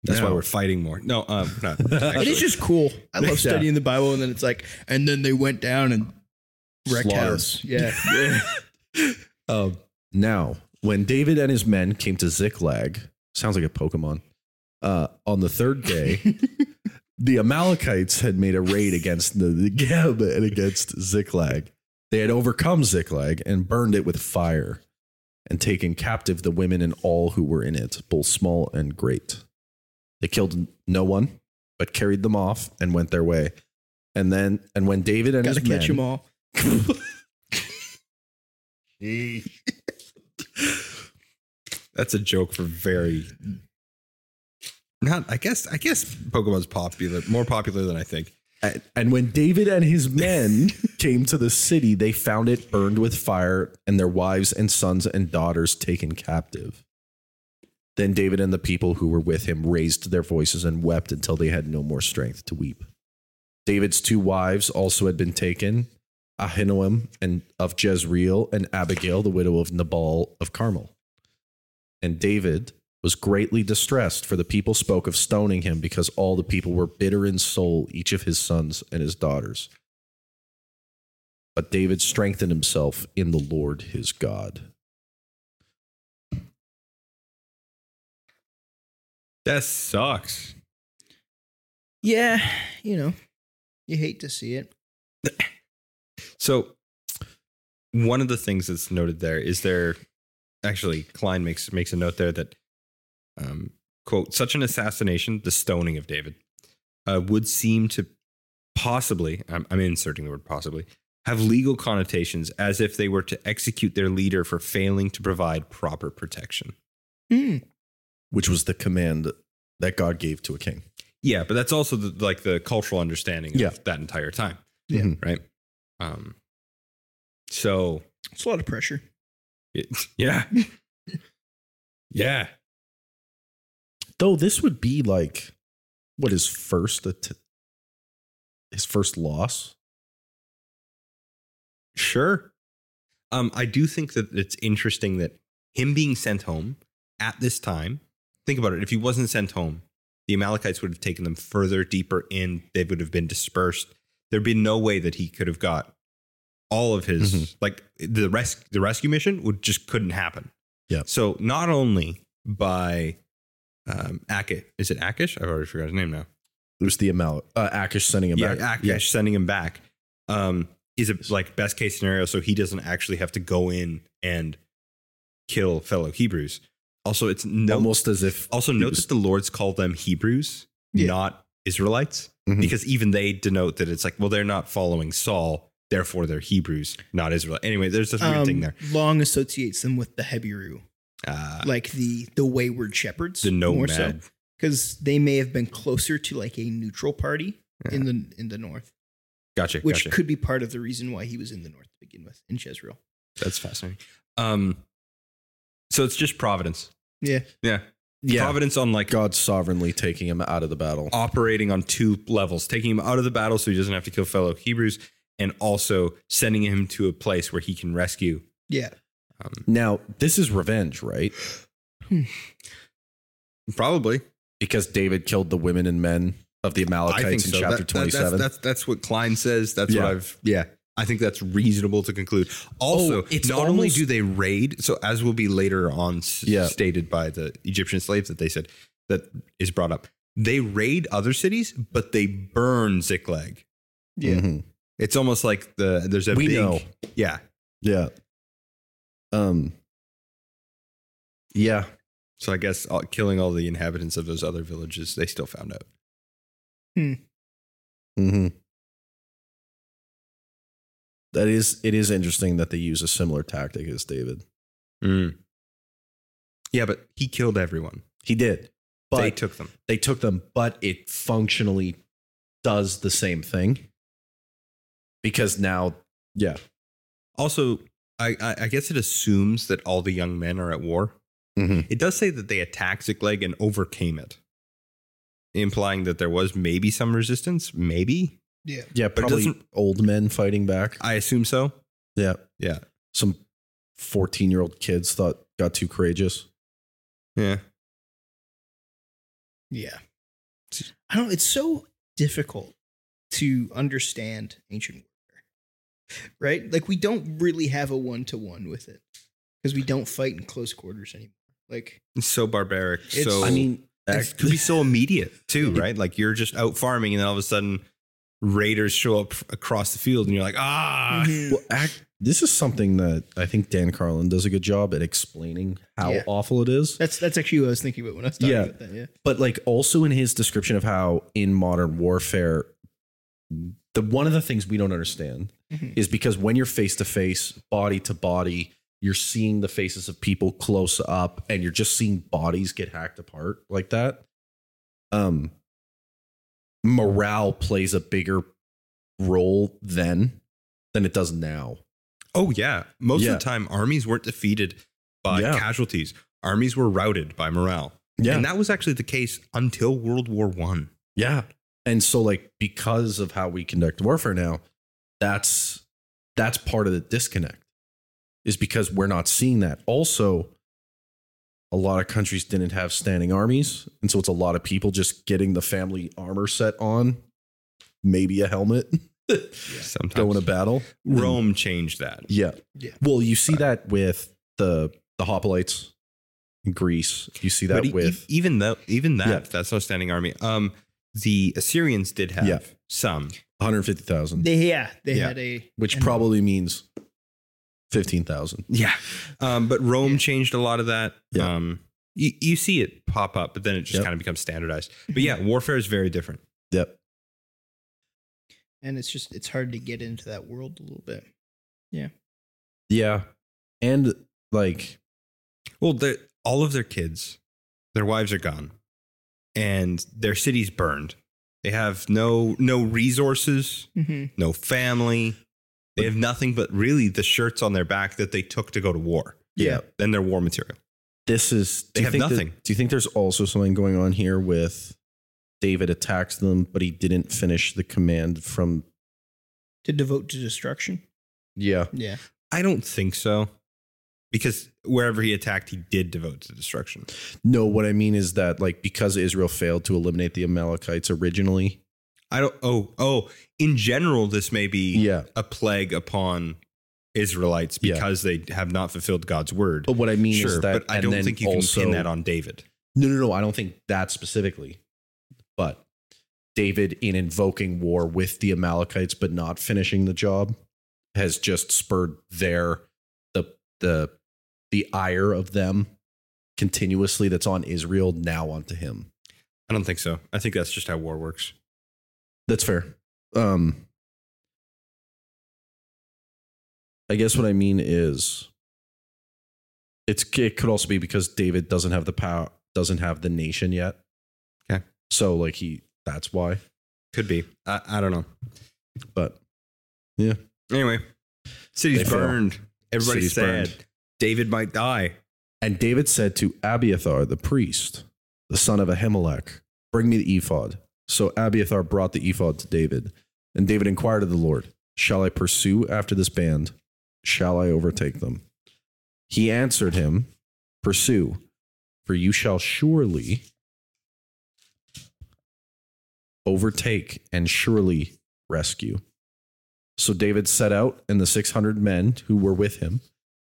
That's why
No.
we're fighting more. No, um, no.
It is just cool. I love
Yeah.
studying the Bible, and then it's like, and then they went down and wrecked
Slaughtered.
house. Yeah.
Um, now, when David and his men came to Ziklag, sounds like a Pokemon. Uh, on the third day, the Amalekites had made a raid against the, the Geb and against Ziklag. They had overcome Ziklag and burned it with fire, and taken captive the women and all who were in it, both small and great. They killed no one, but carried them off and went their way. And then, and when David and
Gotta
his men,
catch them all.
That's a joke for very. Not, I guess, I guess Pokemon's popular, more popular than I think.
And- And when David and his men came to the city, they found it burned with fire and their wives and sons and daughters taken captive. Then David and the people who were with him raised their voices and wept until they had no more strength to weep. David's two wives also had been taken, Ahinoam and of Jezreel and Abigail the widow of Nabal of Carmel. And David was greatly distressed, for the people spoke of stoning him because all the people were bitter in soul, each of his sons and his daughters. But David strengthened himself in the Lord his God.
That sucks.
Yeah. You know, you hate to see it.
So, one of the things that's noted there is there. Actually, Klein makes makes a note there that, um, quote, such an assassination, the stoning of David, uh, would seem to possibly, I'm, I'm inserting the word possibly, have legal connotations as if they were to execute their leader for failing to provide proper protection.
Hmm.
Which was the command that God gave to a king.
Yeah, but that's also the, like the cultural understanding
Yeah.
of that entire time.
Yeah.
Right. Um, so
It's a lot of pressure.
it- yeah. yeah.
Though this would be like what his first att- his first loss.
Sure. Um, I do think that it's interesting that him being sent home at this time, think about it. If he wasn't sent home, the Amalekites would have taken them further deeper in. They would have been dispersed. There'd been no way that he could have got all of his like the res- the rescue mission would just couldn't happen.
Yeah.
So not only by um Akish, is it Akish? I've already forgot his name now.
It was the Amal- uh, Akish sending him
yeah,
back.
Akish sending him back um, is a, like best case scenario, so he doesn't actually have to go in and kill fellow Hebrews. Also, it's no,
Almost as if
also
he
note
was-
that the Lord's call them Hebrews,
Yeah. Mm-hmm.
not Israelites,
Mhm.
because even they denote that it's like, well, they're not following Saul; Therefore, they're Hebrews, not Israel. Anyway, there's this weird
Um,
thing there.
Long associates them with the Hebiru,
Uh,
like the the wayward shepherds,
the
more so,
nomad.
because they may have been closer to like a neutral party in the in the north,
Gotcha.
which
gotcha.
could be part of the reason why he was in the north to begin with in Jezreel.
That's fascinating. Um, so it's just providence.
Yeah,
Yeah.
Yeah.
Providence on like
God sovereignly taking him out of the battle.
Uh, operating on two levels, taking him out of the battle so he doesn't have to kill fellow Hebrews, and also sending him to a place where he can rescue.
yeah.
Um,
Now, this is revenge, right?
probably.
Because David killed the women and men of the Amalekites in
so.
chapter
That- that- that's,
27.
that's that's what Klein says. That's
Yeah.
what I've yeah. I think that's reasonable to conclude. Also,
Oh, it's
not only
almost-
do they raid, so as will be later on s-
Yeah.
stated by the Egyptian slaves that they said that is brought up. They raid other cities, but they burn Ziklag.
Yeah.
Mhm.
It's almost like the there's a
We
big
know.
yeah.
Yeah. Um, yeah.
So I guess all, killing all the inhabitants of those other villages, they still found out.
Mm-hmm. That is, it is interesting that they use a similar tactic as David.
Mm. Yeah, but he killed everyone.
He did, but
they took them.
they took them, but it functionally does the same thing because now, yeah,
Also, I, I, I guess it assumes that all the young men are at war.
Mhm.
It does say that they attacked Ziklag and overcame it, implying that there was maybe some resistance. Maybe
yeah,
But it
probably
doesn't-
old men fighting back.
I assume so.
yeah,
Yeah,
some fourteen-year-old kids thought got too courageous.
yeah.
Yeah. I don't it's so difficult to understand ancient warfare. Right? Like we don't really have a one to one with it because we don't fight in close quarters anymore. Like
It's so barbaric.
It's-
so
I mean,
it could be so immediate too, right? Like you're just out farming, and then all of a sudden, raiders show up f- across the field, and you're like, ah,
Well, act, this is something that I think Dan Carlin does a good job at explaining how
Yeah.
awful it is.
that's that's actually what I was thinking about when I was talking
Yeah.
about that. Yeah.
But like also in his description of how in modern warfare, the one of the things we don't understand
Mhm.
is because when you're face to face, body to body, you're seeing the faces of people close up, and you're just seeing bodies get hacked apart like that. Um, morale plays a bigger role then than it does now.
Oh yeah. Most
Yeah.
of the time armies weren't defeated by
Yeah.
casualties. Armies were routed by morale.
Yeah,
And that was actually the case until World War One.
Yeah. And so like because of how we conduct warfare now, that's that's part of the disconnect. Is because we're not seeing that. Also, a lot of countries didn't have standing armies, and so it's a lot of people just getting the family armor set on, maybe a helmet,
Sometimes
going to battle.
Rome changed that.
Yeah.
Yeah.
Well, you see that with the the hoplites in Greece. You see that
but e-
with
e- even though even that,
Yeah.
that's no standing army. Um the Assyrians did have
Yeah.
some.
150,000,
They yeah, they
Yeah.
had a
which
an-
probably means 15,000.
Yeah. Um, but Rome
Yeah.
changed a lot of that.
Yeah.
Um you, you see it pop up, but then it just
Yep.
kind of becomes standardized. But yeah, warfare is very different.
Yep.
and it's just it's hard to get into that world a little bit.
Yeah. And like,
Well, they're- all of their kids, their wives are gone, and their city's burned. They have no no resources,
Mm-hmm.
no family. They have nothing but really the shirts on their back that they took to go to war.
Yeah.
then their war material.
this is do
They
you
have
think that-
nothing.
do you think there's also something going on here with David attacks them, but he didn't finish the command from
To devote to destruction.
Yeah.
Yeah.
I don't think so, because wherever he attacked, he did devote to destruction.
No, what I mean is that like because Israel failed to eliminate the Amalekites originally.
I don't. Oh, oh. In general, this may be
Yeah.
a plague upon Israelites
Yeah.
because they have not fulfilled God's word.
But what I mean is
sure,
that
but I
and
don't
then
think you
also-
can pin that on David.
No, no, no. I don't think that specifically. But David, in invoking war with the Amalekites but not finishing the job, has just spurred their the the the ire of them continuously that's on Israel now onto him.
I don't think so. I think that's just how war works.
That's fair. Um I guess what I mean is it's it could also be because David doesn't have the power doesn't have the nation yet.
Okay.
So like he that's why.
Could be. I, I don't know.
But
Anyway, city's
They fail.
burned.
City's
Everybody's sad.
burned.
David might die.
and David said to Abiathar the priest, the son of Ahimelech, bring me the ephod. So Abiathar brought the ephod to David, and David inquired of the Lord, Shall I pursue after this band? Shall I overtake them? He answered him, Pursue, for you shall surely overtake and surely rescue. So David set out and the 600 men who were with him,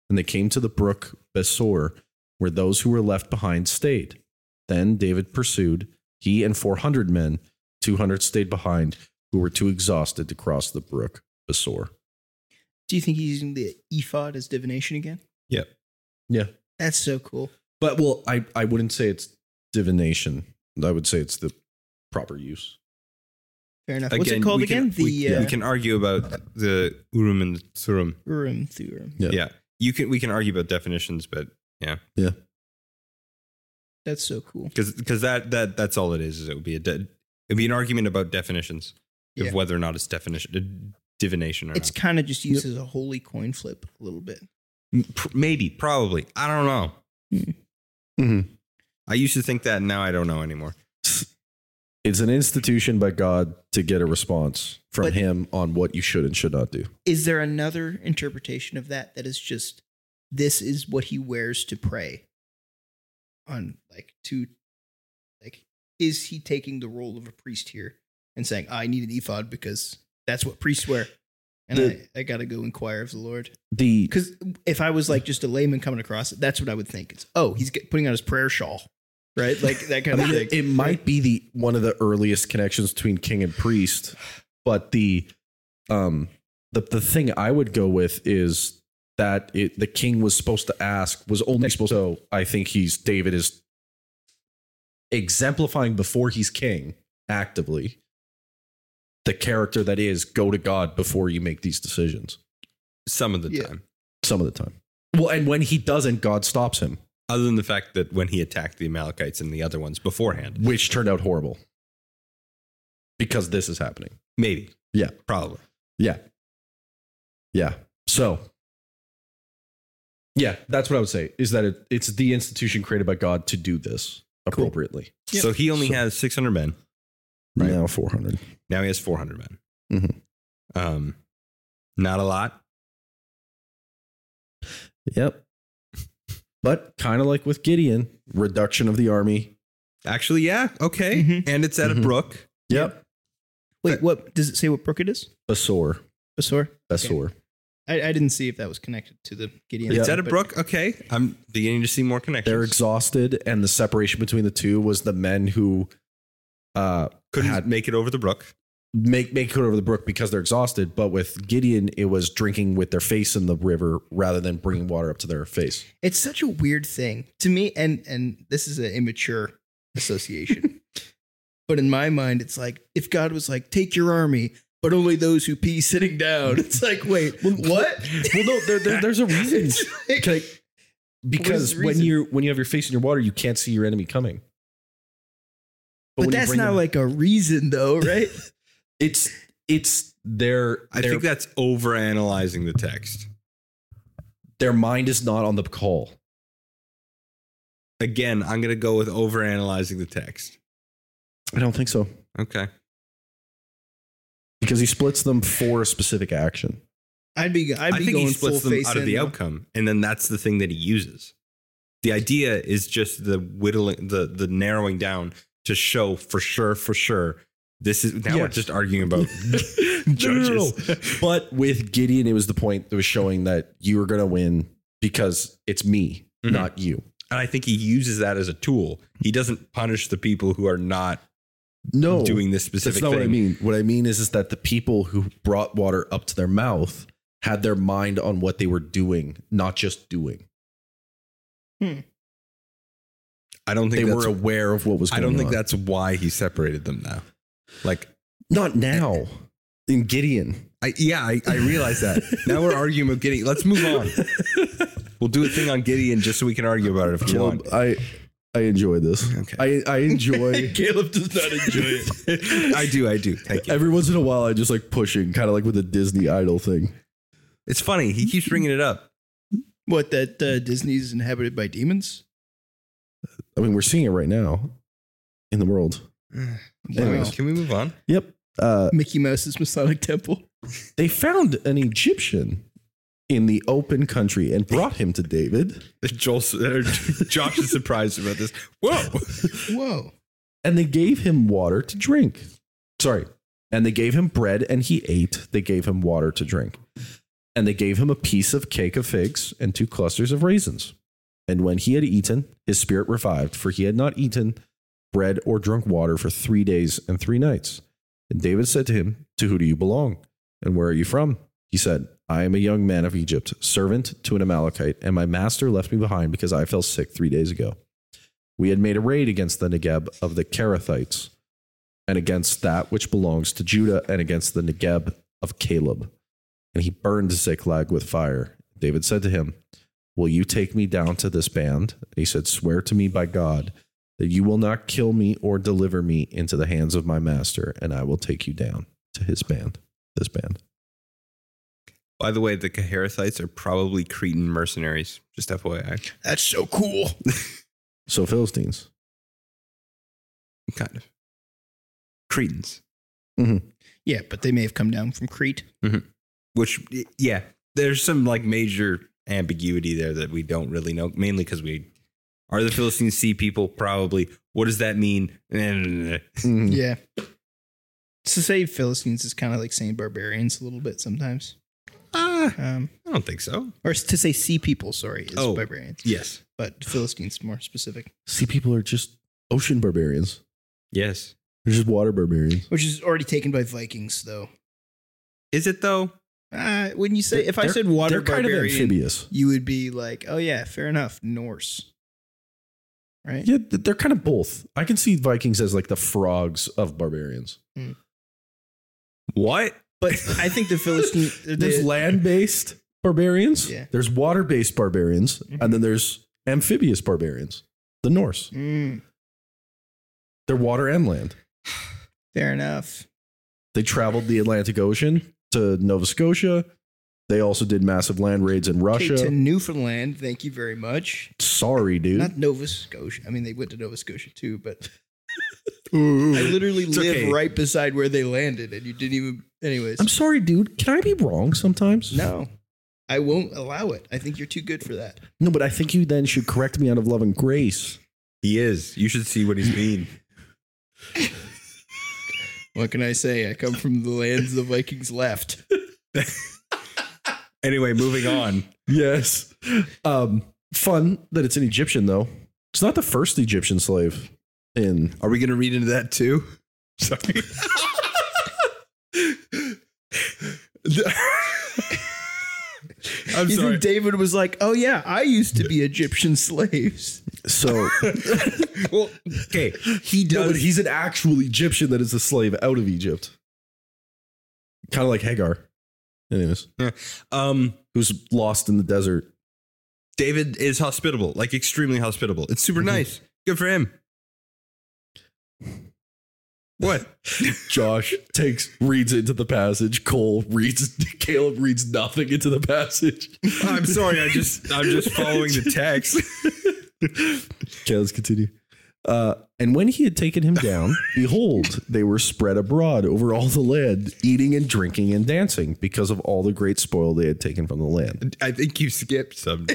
and they came to the brook Besor, where those who were left behind stayed. Then David pursued, he and 400 men, 200 stayed behind, who were too exhausted to cross the brook Besor.
Do you think he's using the ephod as divination again?
Yep.
Yeah.
That's so cool.
But well, I, I wouldn't say it's divination. I would say it's the proper use.
Fair enough. What's it
Again,
called
we can-
again? the
we,
uh,
we can argue about the urum and surum.
Urim Thurim.
Yeah.
Yeah. you can. We can argue about definitions, but
That's so cool.
because because that that that's all it is. Is it would be a de- it'd be an argument about definitions
Yeah.
of whether or not it's definition divination or
It's
not.
kind of just used as a holy coin flip a little bit.
M- pr- Maybe, probably. I don't know.
Mm-hmm.
I used to think that, and now I don't know anymore.
It's an institution by God to get a response from
But-
Him on what you should and should not do.
Is there another interpretation of that that is just this is what he wears to pray on like to like is he taking the role of a priest here and saying I need an ephod because that's what priests wear and
The-
I, I got to go inquire of the Lord
The
because if I was like just a layman coming across it that's what I would think it's oh he's get- putting on his prayer shawl right like that
I
kind of
mean,
thing
it, it might be the one of the earliest connections between king and priest, but the um the the thing I would go with is that it the king was supposed to ask was only supposed. So I think he's David is exemplifying before he's king actively the character that is go to God before you make these decisions.
Some of the
Yeah.
time,
Some of the time. Well, and when he doesn't, God stops him,
other than the fact that when he attacked the Amalekites and the other ones beforehand,
which turned out horrible because this is happening.
maybe.
Yeah.
probably.
Yeah. Yeah. So, yeah, that's what I would say is that it, it's the institution created by God to do this appropriately.
Yep.
So he only
So-
has 600 men.
Right now, 400.
Now he has 400 men.
Mm-hmm.
Mhm.
Um, not a lot.
Yep. But kind of like with Gideon, reduction of the army.
Actually, yeah. Okay.
Mhm.
And it's at
Mhm.
a brook.
Yep.
wait what does it say what brook it is
Basor.
Basor
Basor.
I, I didn't see if that was connected to the Gideon.
Yeah.
It's
thing,
at a
but-
brook. Okay. I'm beginning to see more connections.
They're exhausted, and the separation between the two was the men who uh,
Couldn't
had-
make it over the brook.
make make it over the brook because they're exhausted. But with Gideon, it was drinking with their face in the river rather than bringing water up to their face.
It's such a weird thing to me, and and this is an immature association. but in my mind, it's like if God was like, "Take your army, but only those who pee sitting down." It's like, wait, what?
Well, no, there, there- there's a reason.
It's like-
Can I- because
the
when
reason?
you're when you have your face in your water, you can't see your enemy coming.
but
when you
that's
bring
not
them-
like a reason, though, right?
it's it's their
I
their,
think that's overanalyzing the text.
their mind is not on the call.
Again, I'm going to go with overanalyzing the text.
I don't think so
Okay.
because he splits them for a specific action.
I'd be, I'd
i
be
think
going
he splits
full
them
face
out of
in,
the
though.
outcome, and then that's the thing that he uses. The idea is just the whittling, the the narrowing down to show for sure, for sure. This is now we're
Yes.
just arguing about
No, no, no,
judges.
But with Gideon, it was the point that was showing that you were going to win because it's me,
Mhm.
not you.
And I think he uses that as a tool. He doesn't punish the people who are not
No,
doing this specific
That's not
thing.
what I mean. What I mean is, is that the people who brought water up to their mouth had their mind on what they were doing, not just doing.
I don't
They
think
were
that's,
aware of what was
I
going on.
don't think that's why he separated them now. Like
not now. in Gideon.
I, yeah, I, I realize that. now we're arguing about Gideon. Let's move on. We'll do a thing on Gideon just so we can argue about it if we
Caleb,
want.
I I enjoyed this.
Okay.
I I enjoy.
Caleb does not enjoy it.
I do, I do. Thank you.
Every once in a while, I just like pushing, kind of like with the Disney Idol thing.
It's funny. He keeps bringing it up.
What that uh, Disney's inhabited by demons?
I mean, we're seeing it right now in the world.
Anyways,
Wow.
can we move on?
Yep. Uh,
Mickey Mouse's Masonic Temple.
they found an Egyptian in the open country and brought him to David,
Joel, or uh, Josh is surprised about this. Whoa.
Whoa.
and they gave him water to drink. Sorry. And they gave him bread and he ate. They gave him water to drink. And they gave him a piece of cake of figs and two clusters of raisins. And when he had eaten, his spirit revived, for he had not eaten bread or drunk water for three days and three nights. And David said to him, To who do you belong? And where are you from? He said, I am a young man of Egypt, servant to an Amalekite, and my master left me behind because I fell sick three days ago. We had made a raid against the Negeb of the Kerethites, and against that which belongs to Judah, and against the Negeb of Caleb. And he burned Ziklag with fire. David said to him, Will you take me down to this band? And he said, Swear to me by God that you will not kill me or deliver me into the hands of my master, and I will take you down to his band, this band.
By the way, the Caharathites are probably Cretan mercenaries. Just FYI.
That's so cool.
So, Philistines.
Kind of. Cretans.
Yeah, but they may have come down from Crete.
Which, y- yeah, there's some like major ambiguity there that we don't really know, mainly because we are the Philistines sea people, probably. What does that mean? Eh, Hmm.
Yeah. To say Philistines is kind of like saying barbarians a little bit sometimes.
Ah,
Um,
I don't think so.
or to say sea people, sorry, is
Oh.
barbarians.
Yes.
But Philistines more specific,
See, people are just ocean barbarians,
Yes.
they're just water barbarians.
which is already taken by Vikings, though.
Is it though?
Uh, when you say, if I
They're-
said water
They're kind of
barbarian,
amphibious.
you would be like, oh yeah, fair enough, Norse. Right?
Yeah, th- they're kind of both. I can see Vikings as like the frogs of barbarians.
What?
But I think the Philistines,
There's land based barbarians,
Yeah. Mm-hmm.
there's water based barbarians, and then there's amphibious barbarians, the Norse.
Mm,
They're water and land.
fair enough.
They traveled the Atlantic Ocean to Nova Scotia. They also did massive land raids in
Okay, to
Russia.
Newfoundland, thank you very much.
Sorry,
Not
dude.
Nova Scotia. I mean, they went to Nova Scotia too, but I
Ooh.
literally
It's
live
okay.
right beside where they landed, and you didn't even. Anyways,
I'm sorry, dude. Can I be wrong sometimes?
no, I won't allow it. I think you're too good for that.
No, but I think you then should correct me out of love and grace.
He is. You should see what he's mean.
What can I say? I come from the lands the Vikings left.
anyway, moving on.
Yes. Um, fun that it's an Egyptian though. It's not the first Egyptian slave in
Are we going to read into that too? Sorry. I'm
Even
sorry.
David was like, "Oh yeah, I used to be Egyptian slaves."
so
well, okay. He
no,
does.
but he's an actual Egyptian that is a slave out of Egypt. Kind of like Hagar. Anyways,
um,
who's lost in the desert.
David is hospitable, like extremely hospitable. It's super nice. Good for him. What?
Josh takes reads into the passage. Cole reads Caleb reads nothing into the passage.
I'm sorry. I just I'm just following the text.
Okay, let's continue. Uh, and when he had taken him down, behold, they were spread abroad over all the land, eating and drinking and dancing, because of all the great spoil they had taken from the land.
I think you skipped some.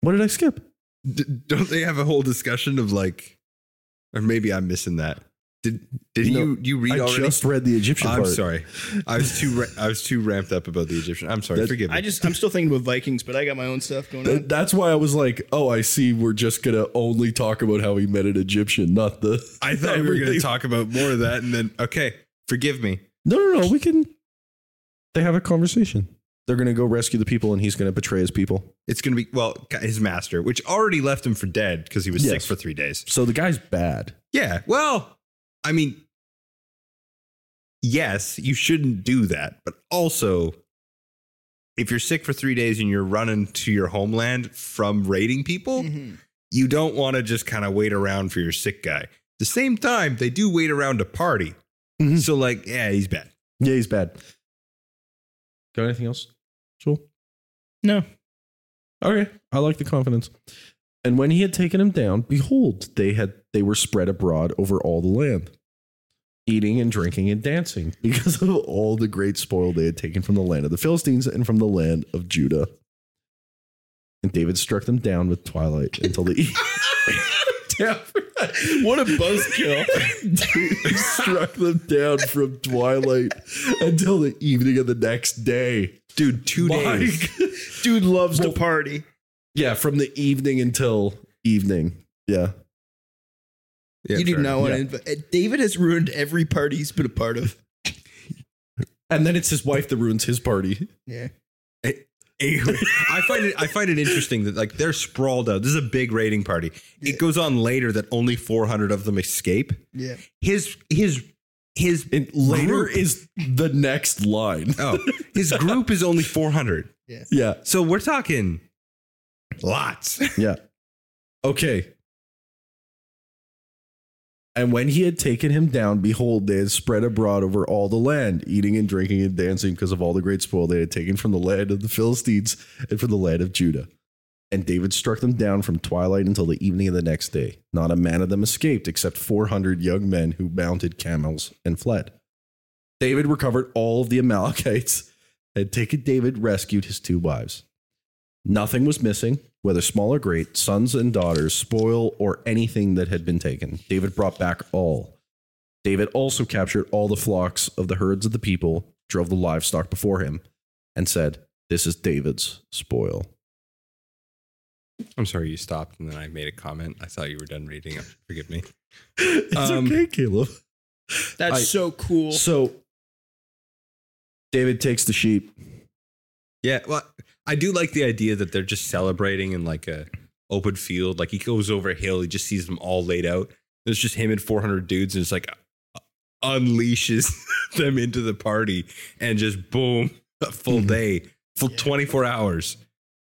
What did I skip?
D- don't they have a whole discussion of like, or maybe I'm missing that. Did did
No,
you you read
I
already?
just read the Egyptian
I'm
part.
sorry. I was too ra- I was too ramped up about the Egyptian. I'm sorry.
That-
forgive me.
I just, I'm still thinking about Vikings, but I got my own stuff going
Th-
on.
That's why I was like, "Oh, I see. We're just gonna only talk about how he met an Egyptian, not the."
I thought we were going to
everything.
talk about more of that, and then okay, forgive me.
No, no, no. We can. They have a conversation. They're gonna go rescue the people, and he's gonna betray his people.
It's going to be well his master, which already left him for dead because he was sick
Yes.
for three days.
So the guy's bad.
Yeah. Well, I mean, yes, you shouldn't do that. But also, if you're sick for three days and you're running to your homeland from raiding people,
Mm-hmm.
you don't want to just kind of wait around for your sick guy. The same time, they do wait around to party.
Mm-hmm.
Mhm.
So, like, yeah, he's bad.
Yeah, he's bad.
Got anything else?
No.
Okay, I like the confidence. And when he had taken him down, behold, they had they were spread abroad over all the land, eating and drinking and dancing, because of all the great spoil they had taken from the land of the Philistines and from the land of Judah. And David struck them down with twilight until the
What a buzzkill.
David struck them down from twilight until the evening of the next day.
Dude, two days.
Dude loves
It's
to
the party.
Yeah, from the evening until evening. Yeah.
Yeah,
you do
fair
not
enough.
want to. Inv- David has ruined every party he's been a part of.
And then it's his wife that ruins his party.
Yeah.
Anyway, I find it I find it interesting that like they're sprawled out. This is a big raiding party.
Yeah.
It goes on later that only 400 of them escape.
Yeah.
His his his
And later
Group.
is the next line.
oh his group is only 400.
Yeah.
So we're talking lots.
Yeah. Okay. And when he had taken him down, behold, they had spread abroad over all the land, eating and drinking and dancing because of all the great spoil they had taken from the land of the Philistines and from the land of Judah. And David struck them down from twilight until the evening of the next day. Not a man of them escaped, except 400 young men who mounted camels and fled. David recovered all of the Amalekites, and taken David rescued his two wives. Nothing was missing, whether small or great, sons and daughters, spoil, or anything that had been taken. David brought back all. David also captured all the flocks of the herds of the people, drove the livestock before him, and said, This is David's spoil.
I'm sorry you stopped and then I made a comment. I thought you were done reading. Forgive me.
It's
Um,
okay, Caleb.
That's
I-
so cool.
So, David takes the sheep.
Yeah, well, I do like the idea that they're just celebrating in like a open field. Like he goes over a hill, he just sees them all laid out. There's just him and 400 dudes, and it's like uh, unleashes them into the party, and just boom, a full
Mhm.
day, full
Yeah.
24 hours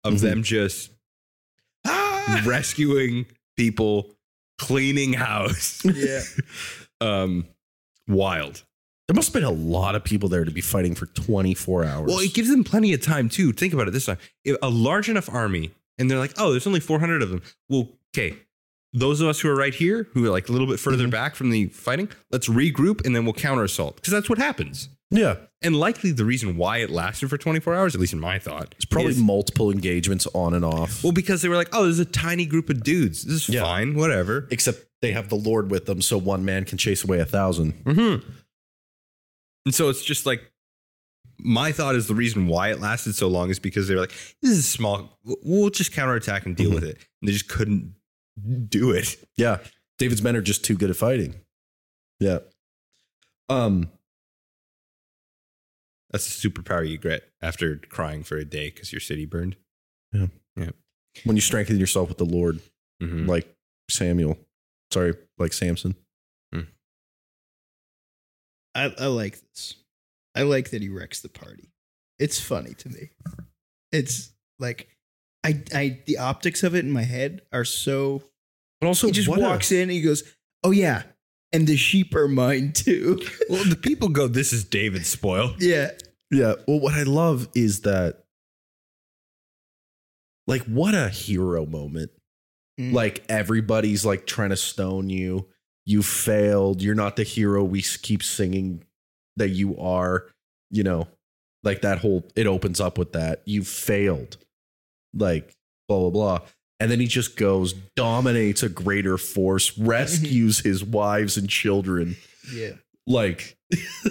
of
Mhm.
them just
Ah!
rescuing people, cleaning house.
Yeah.
um, wild.
There must have been a lot of people there to be fighting for 24 hours.
Well, it gives them plenty of time too. Think about it this time: If a large enough army, and they're like, "Oh, there's only 400 of them." Well, okay, those of us who are right here, who are like a little bit further back from the fighting, let's regroup and then we'll counter assault because that's what happens.
yeah.
And likely the reason why it lasted for 24 hours, at least in my thought,
It's probably
is-
multiple engagements on and off.
well because they were like, "Oh, there's a tiny group of dudes. This is
Yeah.
fine, whatever."
except they have the Lord with them, so one man can chase away a thousand.
hmm And so it's just like my thought is the reason why it lasted so long is because they were like, this is small. We'll just counterattack and deal
Mm-hmm.
with it. And they just couldn't do it.
Yeah. David's men are just too good at fighting. Yeah. Um,
That's a superpower you get after crying for a day because your city burned.
when you strengthen yourself with the Lord, like Samuel. Sorry, like Samson.
I, I like this. I like that he wrecks the party. It's funny to me. It's like I I the optics of it in my head are so
But also
he just walks in and he goes, Oh yeah. And the sheep are mine too.
Well, the people go, this is David's spoil.
yeah.
Yeah. Well, what I love is that like what a hero moment.
Mm.
Like everybody's like trying to stone you. You failed. You're not the hero we s- keep singing that you are, you know. Like that whole it opens up with that. You failed. Like blah blah blah. And then he just goes, dominates a greater force, rescues his wives and children.
Yeah.
Like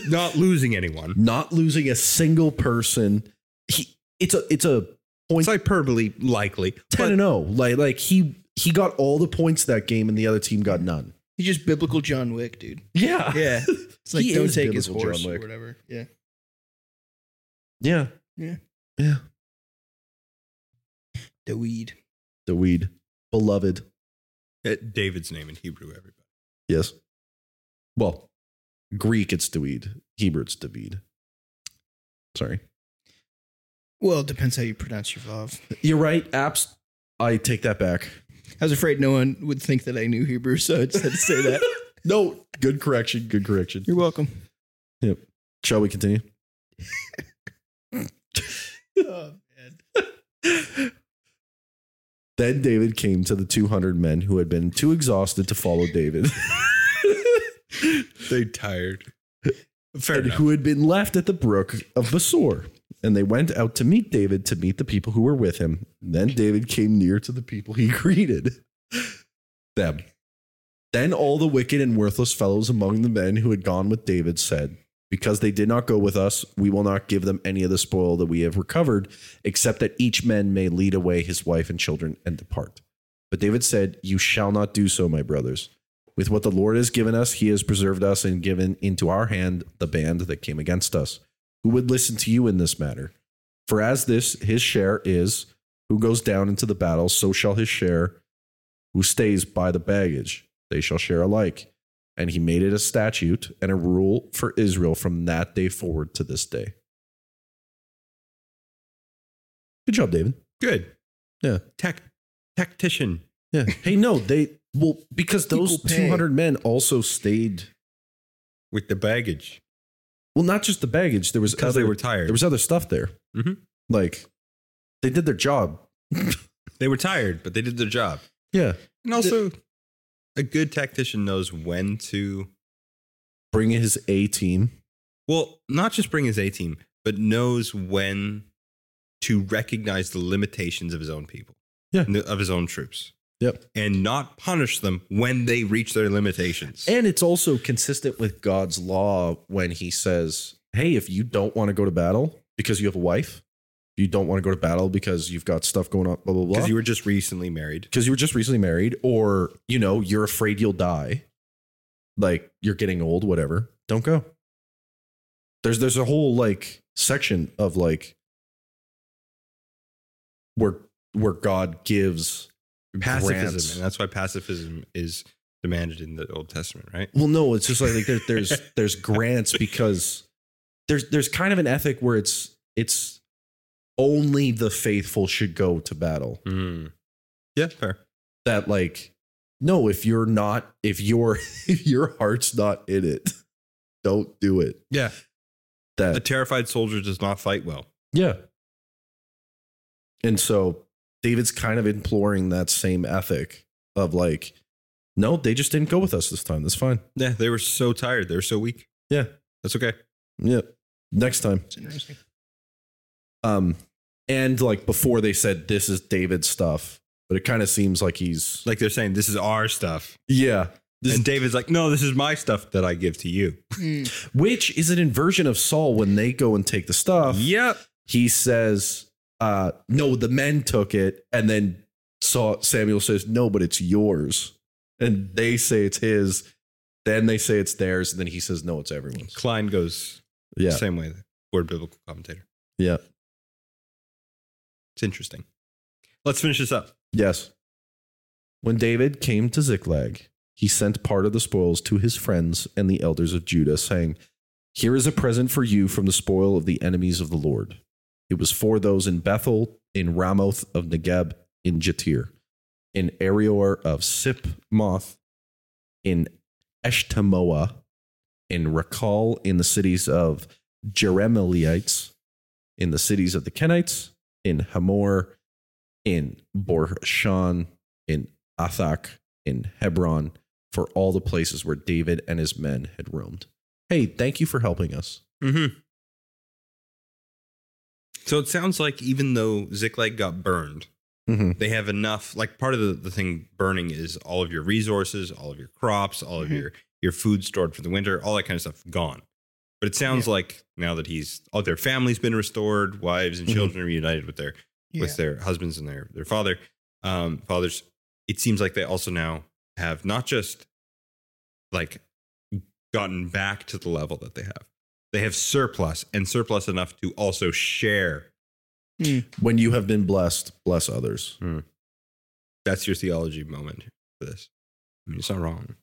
Not losing anyone.
not losing a single person. He it's a it's a
It's hyperbole, likely.
ten
But
and zero. Like like he he got all the points that game, and the other team got none.
He's just biblical John Wick, dude.
Yeah,
Yeah. It's like
He
don't
is
take his
biblical John
horse or
Wick.
whatever. Yeah.
yeah,
Yeah.
yeah.
The weed.
The weed, beloved.
uh, David's name in Hebrew, everybody.
Yes. Well, Greek, it's David. Hebrew, it's David. Sorry.
Well, it depends how you pronounce your vav.
You're right. Apps. I take that back.
I was afraid no one would think that I knew Hebrew, so I just had to say that.
No, good correction. Good correction.
You're welcome.
Shall we continue?
Oh, man.
Then David came to the 200 men who had been too exhausted to follow David
They tired. Fair
and
enough.
who had been left at the brook of Besor. And they went out to meet David to meet the people who were with him. Then David came near to the people he greeted them. Then all the wicked and worthless fellows among the men who had gone with David said, Because they did not go with us, we will not give them any of the spoil that we have recovered, except that each man may lead away his wife and children and depart. But David said, You shall not do so, my brothers. With what the Lord has given us, he has preserved us and given into our hand the band that came against us. Who would listen to you in this matter? For as this his share is, who goes down into the battle, so shall his share who stays by the baggage. They shall share alike. And he made it a statute and a rule for Israel from that day forward to this day. Good job, David.
Good.
Yeah.
Tech tactician.
Yeah. Hey, no, they well because those
Equal pay.
200 men also stayed.
with the baggage
Well, not just the baggage. There was
because they
other-
were tired.
there was other stuff there.
Mhm.
Like they did their job.
they were tired, but they did their job.
Yeah.
And also, a good tactician knows when to,
Bring his A team.
well, not just bring his A team, but knows when to recognize the limitations of his own people,
Yeah.
n- of his own troops,
Yep.
and not punish them when they reach their limitations.
And it's also consistent with God's law when he says, hey, if you don't want to go to battle because you have a wife, you don't want to go to battle because you've got stuff going on, blah, blah, blah.
Because you were just recently married.
because you were just recently married or you know you're afraid you'll die like you're getting old whatever don't go there's there's a whole like section of like where where god gives
Pacifism.
grants.
And that's why pacifism is demanded in the Old Testament, right?
well no it's just like, like there, there's there's grants because there's there's kind of an ethic where it's it's only the faithful should go to battle
Mm. Yeah, fair.
that like no if you're not if your if your heart's not in it don't do it
Yeah. A
that
terrified soldier does not fight well.
yeah and so david's kind of imploring that same ethic of like no they just didn't go with us this time that's fine
Yeah, they were so tired. They were so weak.
Yeah.
That's okay.
yeah next time
It's interesting.
um and like before they said this is david's stuff but it kind of seems like he's
Like they're saying, this is our stuff.
yeah this
and David's like, no, this is my stuff that I give to you.
Mm.
which is an inversion of saul when they go and take the stuff
yep.
he says, uh, no, the men took it. And then saw Samuel says, no, but it's yours. And they say it's his. Then they say it's theirs. And then he says, no, it's everyone's.
Klein goes
Yeah.
the same way, the word biblical commentator.
Yeah.
It's interesting. Let's finish this up.
Yes. When David came to Ziklag, he sent part of the spoils to his friends and the elders of Judah, saying, Here is a present for you from the spoil of the enemies of the Lord. It was for those in Bethel, in Ramoth of Negeb, in Jatir, in Arior of Sipmoth, in Eshtemoa, in Rakal, in the cities of Jeremelites, in the cities of the Kenites, in Hamor, in Borshan, in Athak, in Hebron, for all the places where David and his men had roamed. Hey, thank you for helping us.
Mm-hmm. So it sounds like even though Ziklag got burned,
Mm-hmm.
they have enough. Like part of the, the thing burning is all of your resources, all of your crops, all of
Mhm.
your, your food stored for the winter, all that kind of stuff gone. But it sounds like now that he's all their family's been restored, wives and
Mhm.
children reunited with their
Yeah.
with their husbands and their their father um fathers it seems like they also now have not just like gotten back to the level that they have they have surplus and surplus enough to also share
When you have been blessed, bless others.
that's your theology moment for this I mean, it's not wrong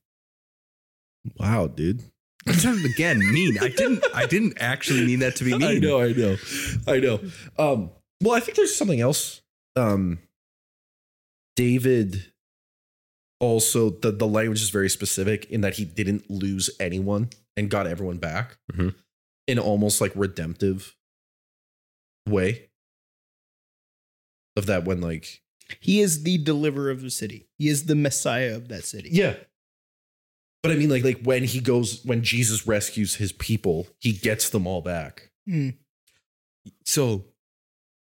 Wow, dude.
That sounded again mean. I didn't. I didn't actually mean that to be mean.
I know, I know, I know. Um, well, I think there's something else. Um, David also the the language is very specific in that he didn't lose anyone and got everyone back
Mm-hmm.
Mhm.
in almost like redemptive way of that when like
He is the deliverer of the city. He is the messiah of that city.
yeah. But I mean, like, like when he goes, when Jesus rescues his people, he gets them all back.
Hmm,
So,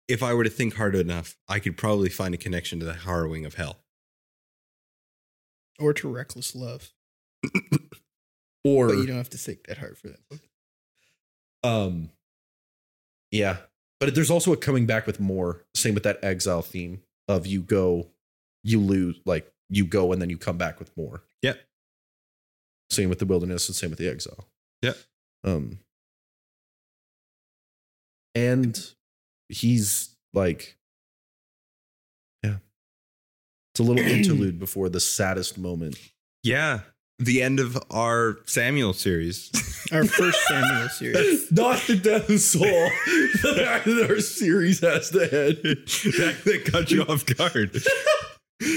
if I were to think hard enough, I could probably find a connection to the harrowing of hell.
Or to reckless love.
Or
but you don't have to think that hard for that book.
Um, yeah, but there's also a coming back with more. Same with that exile theme of you go, you lose, like you go and then you come back with more.
Yep.
Same with the wilderness and same with the exile.
Yep.
Um, and he's like, yeah, it's a little interlude before the saddest moment.
Yeah, the end of our Samuel series.
Our first Samuel series.
Not the death of Saul that our series has to end.
that, that cut you off guard.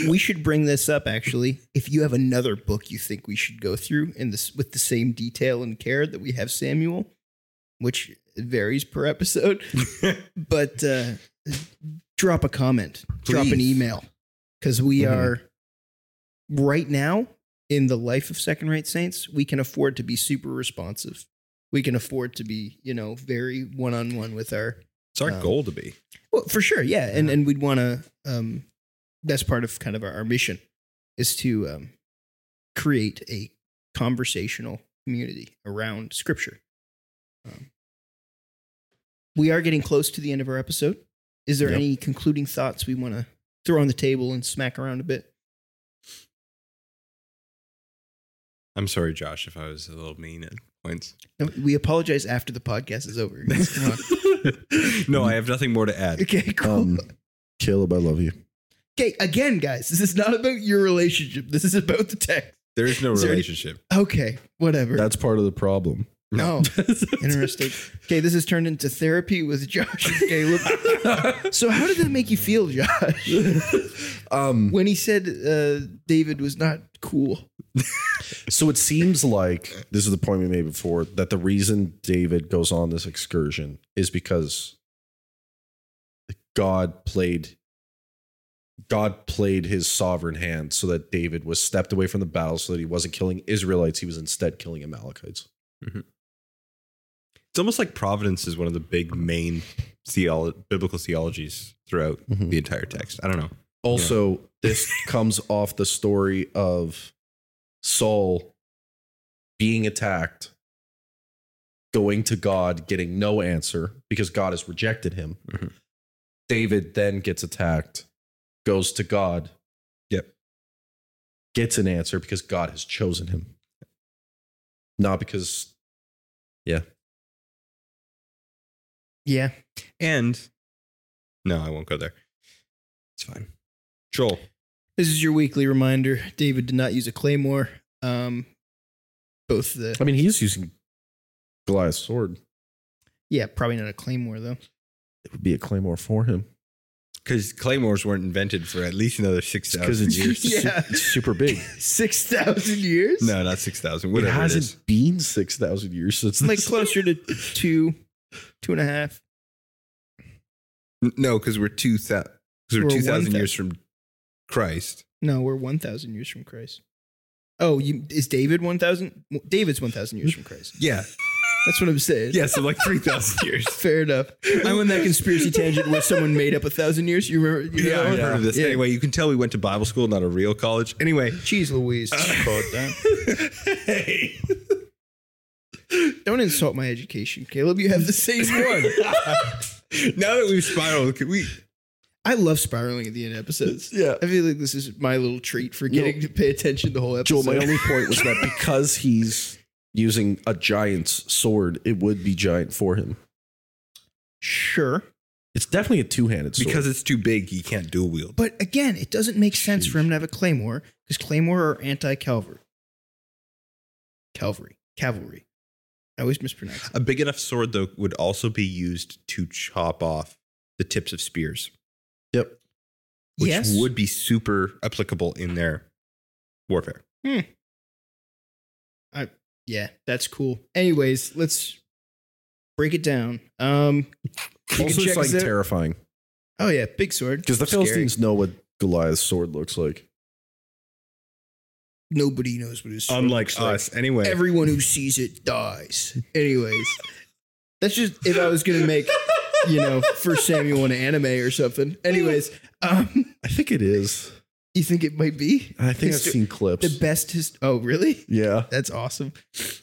We should bring this up actually. If you have another book you think we should go through in this with the same detail and care that we have Samuel, which varies per episode, but uh, drop a comment, drop an
Please.
email, because we
Mhm.
are right now in the life of Second Rate Saints. We can afford to be super responsive. We can afford to be, you know, very one on one with our
It's our
Um,
goal to be.
well, for sure, yeah, and and we'd want to. Um, that's part of kind of our, our mission is to um, create a conversational community around Scripture. Um, we are getting close to the end of our episode. Is there
Yep.
any concluding thoughts we want to throw on the table and smack around a bit?
I'm sorry, Josh, if I was a little mean at points.
No, we apologize after the podcast is over. guys, Come on.
no, I have nothing more to add.
Okay, cool.
Um, Caleb, I love you.
okay, again, guys, this is not about your relationship. This is about the text.
There is no
Is there any-
relationship.
Okay, whatever.
That's part of the problem.
No. Interesting. Okay, this has turned into therapy with Josh and Caleb. so, how did that make you feel, Josh,
um,
when he said uh, David was not cool?
so it seems like this is the point we made before that the reason David goes on this excursion is because God played God played his sovereign hand so that David was stepped away from the battle so that he wasn't killing Israelites, he was instead killing Amalekites.
It's almost like providence is one of the big main theolo- biblical theologies throughout
Mhm.
the entire text. I don't know.
Also, this comes off the story of Saul being attacked, going to God, getting no answer because God has rejected him.
Mhm.
David then gets attacked, goes to God.
Yep.
Gets an answer because God has chosen him. Not because
Yeah.
And no, I won't go there. It's fine. Joel,
This is your weekly reminder. David did not use a claymore. Um, both
I
the
mean he is using Goliath's sword.
yeah, probably not a claymore though.
It would be a claymore for him.
because claymores weren't invented for at least another six thousand years.
years. Yeah.
it's super big.
Six thousand years?
No, not six thousand. Whatever
it
it
hasn't
is.
been six thousand years since
like
this-
closer to two, two and a half.
N- No, because we're two thousand. Because we're
We're
two
1,000.
thousand years from Christ.
No, we're one thousand years from Christ. Oh, you, is David one thousand? David's one thousand years from Christ.
Yeah,
That's what I'm saying.
yeah. So like three thousand years.
Fair enough. I went that conspiracy tangent where someone made up a thousand years. You remember? You
Yeah,
know?
I've heard of this.
Yeah.
Anyway, you can tell we went to Bible school, not a real college. Anyway,
Jeez
Uh,
Louise.
hey,
Don't insult my education, Caleb. You have the same one.
now that we've spiraled, can we?
I love spiraling at the end of episodes.
Yeah.
I feel like this is my little treat for getting to pay attention the whole
Joel,
episode.
my only point was that because he's using a giant's sword, it would be giant for him.
sure.
It's definitely a two-handed sword.
Because it's too big, you can't dual wield.
But again, it doesn't make sense for him to have a claymore because claymore are anti-Calvary. Calvary. Cavalry. I always mispronounce. it.
A big enough sword, though, would also be used to chop off the tips of spears,
Yep.
which
Yes.
would be super applicable in their warfare.
Yeah, that's cool. Anyways, let's break it down. Um, you
also, it's like
us out-
terrifying
oh yeah, big sword.
because the
Scary.
Philistines know what Goliath's sword looks like.
Nobody knows what his sword looks
Unlike
like.
us, anyway.
Everyone who sees it dies. Anyways, that's just if I was gonna make you know First Samuel an anime or something. Anyways, um,
I think it is.
you think it might be
I think
It's
I've seen
the
clips.
best? His- oh really?
yeah,
That's awesome.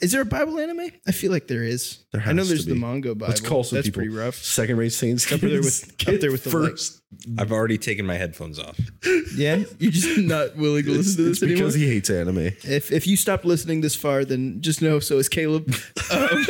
Is there a Bible anime? I feel like there is.
There
I know
has to
there's the
be.
Mongo Bible.
Let's call some
That's
people.
pretty rough.
second rate saints
Up there with-
kids
up there with the
get
lights.
I've already taken my headphones off.
Yeah, you're just not willing to
It's,
listen to
it's
this anymore.
because he hates anime.
if if you stopped listening this far, then just know so is Caleb. Um,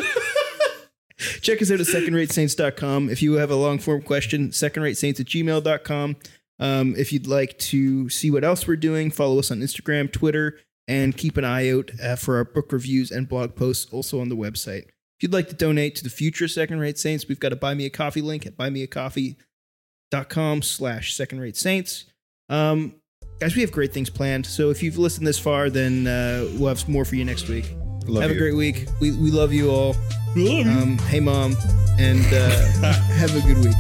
check us out at secondratesaints.com. If you have a long form question, secondratesaints at gmail.com. Um, if you'd like to see what else we're doing, follow us on Instagram, Twitter, and keep an eye out uh, for our book reviews and blog posts also on the website. If you'd like to donate to the future Second Rate Saints, we've got a Buy Me a Coffee link at buymeacoffee.com slash Second Rate Saints. Um, guys, we have great things planned. So if you've listened this far, then uh, we'll have some more for you next week.
Love
have
you.
a great week. We, we love you all. Um, hey, mom, and uh, have a good week.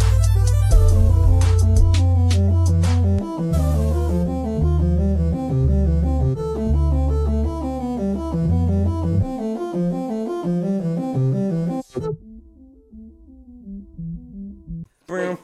Bye.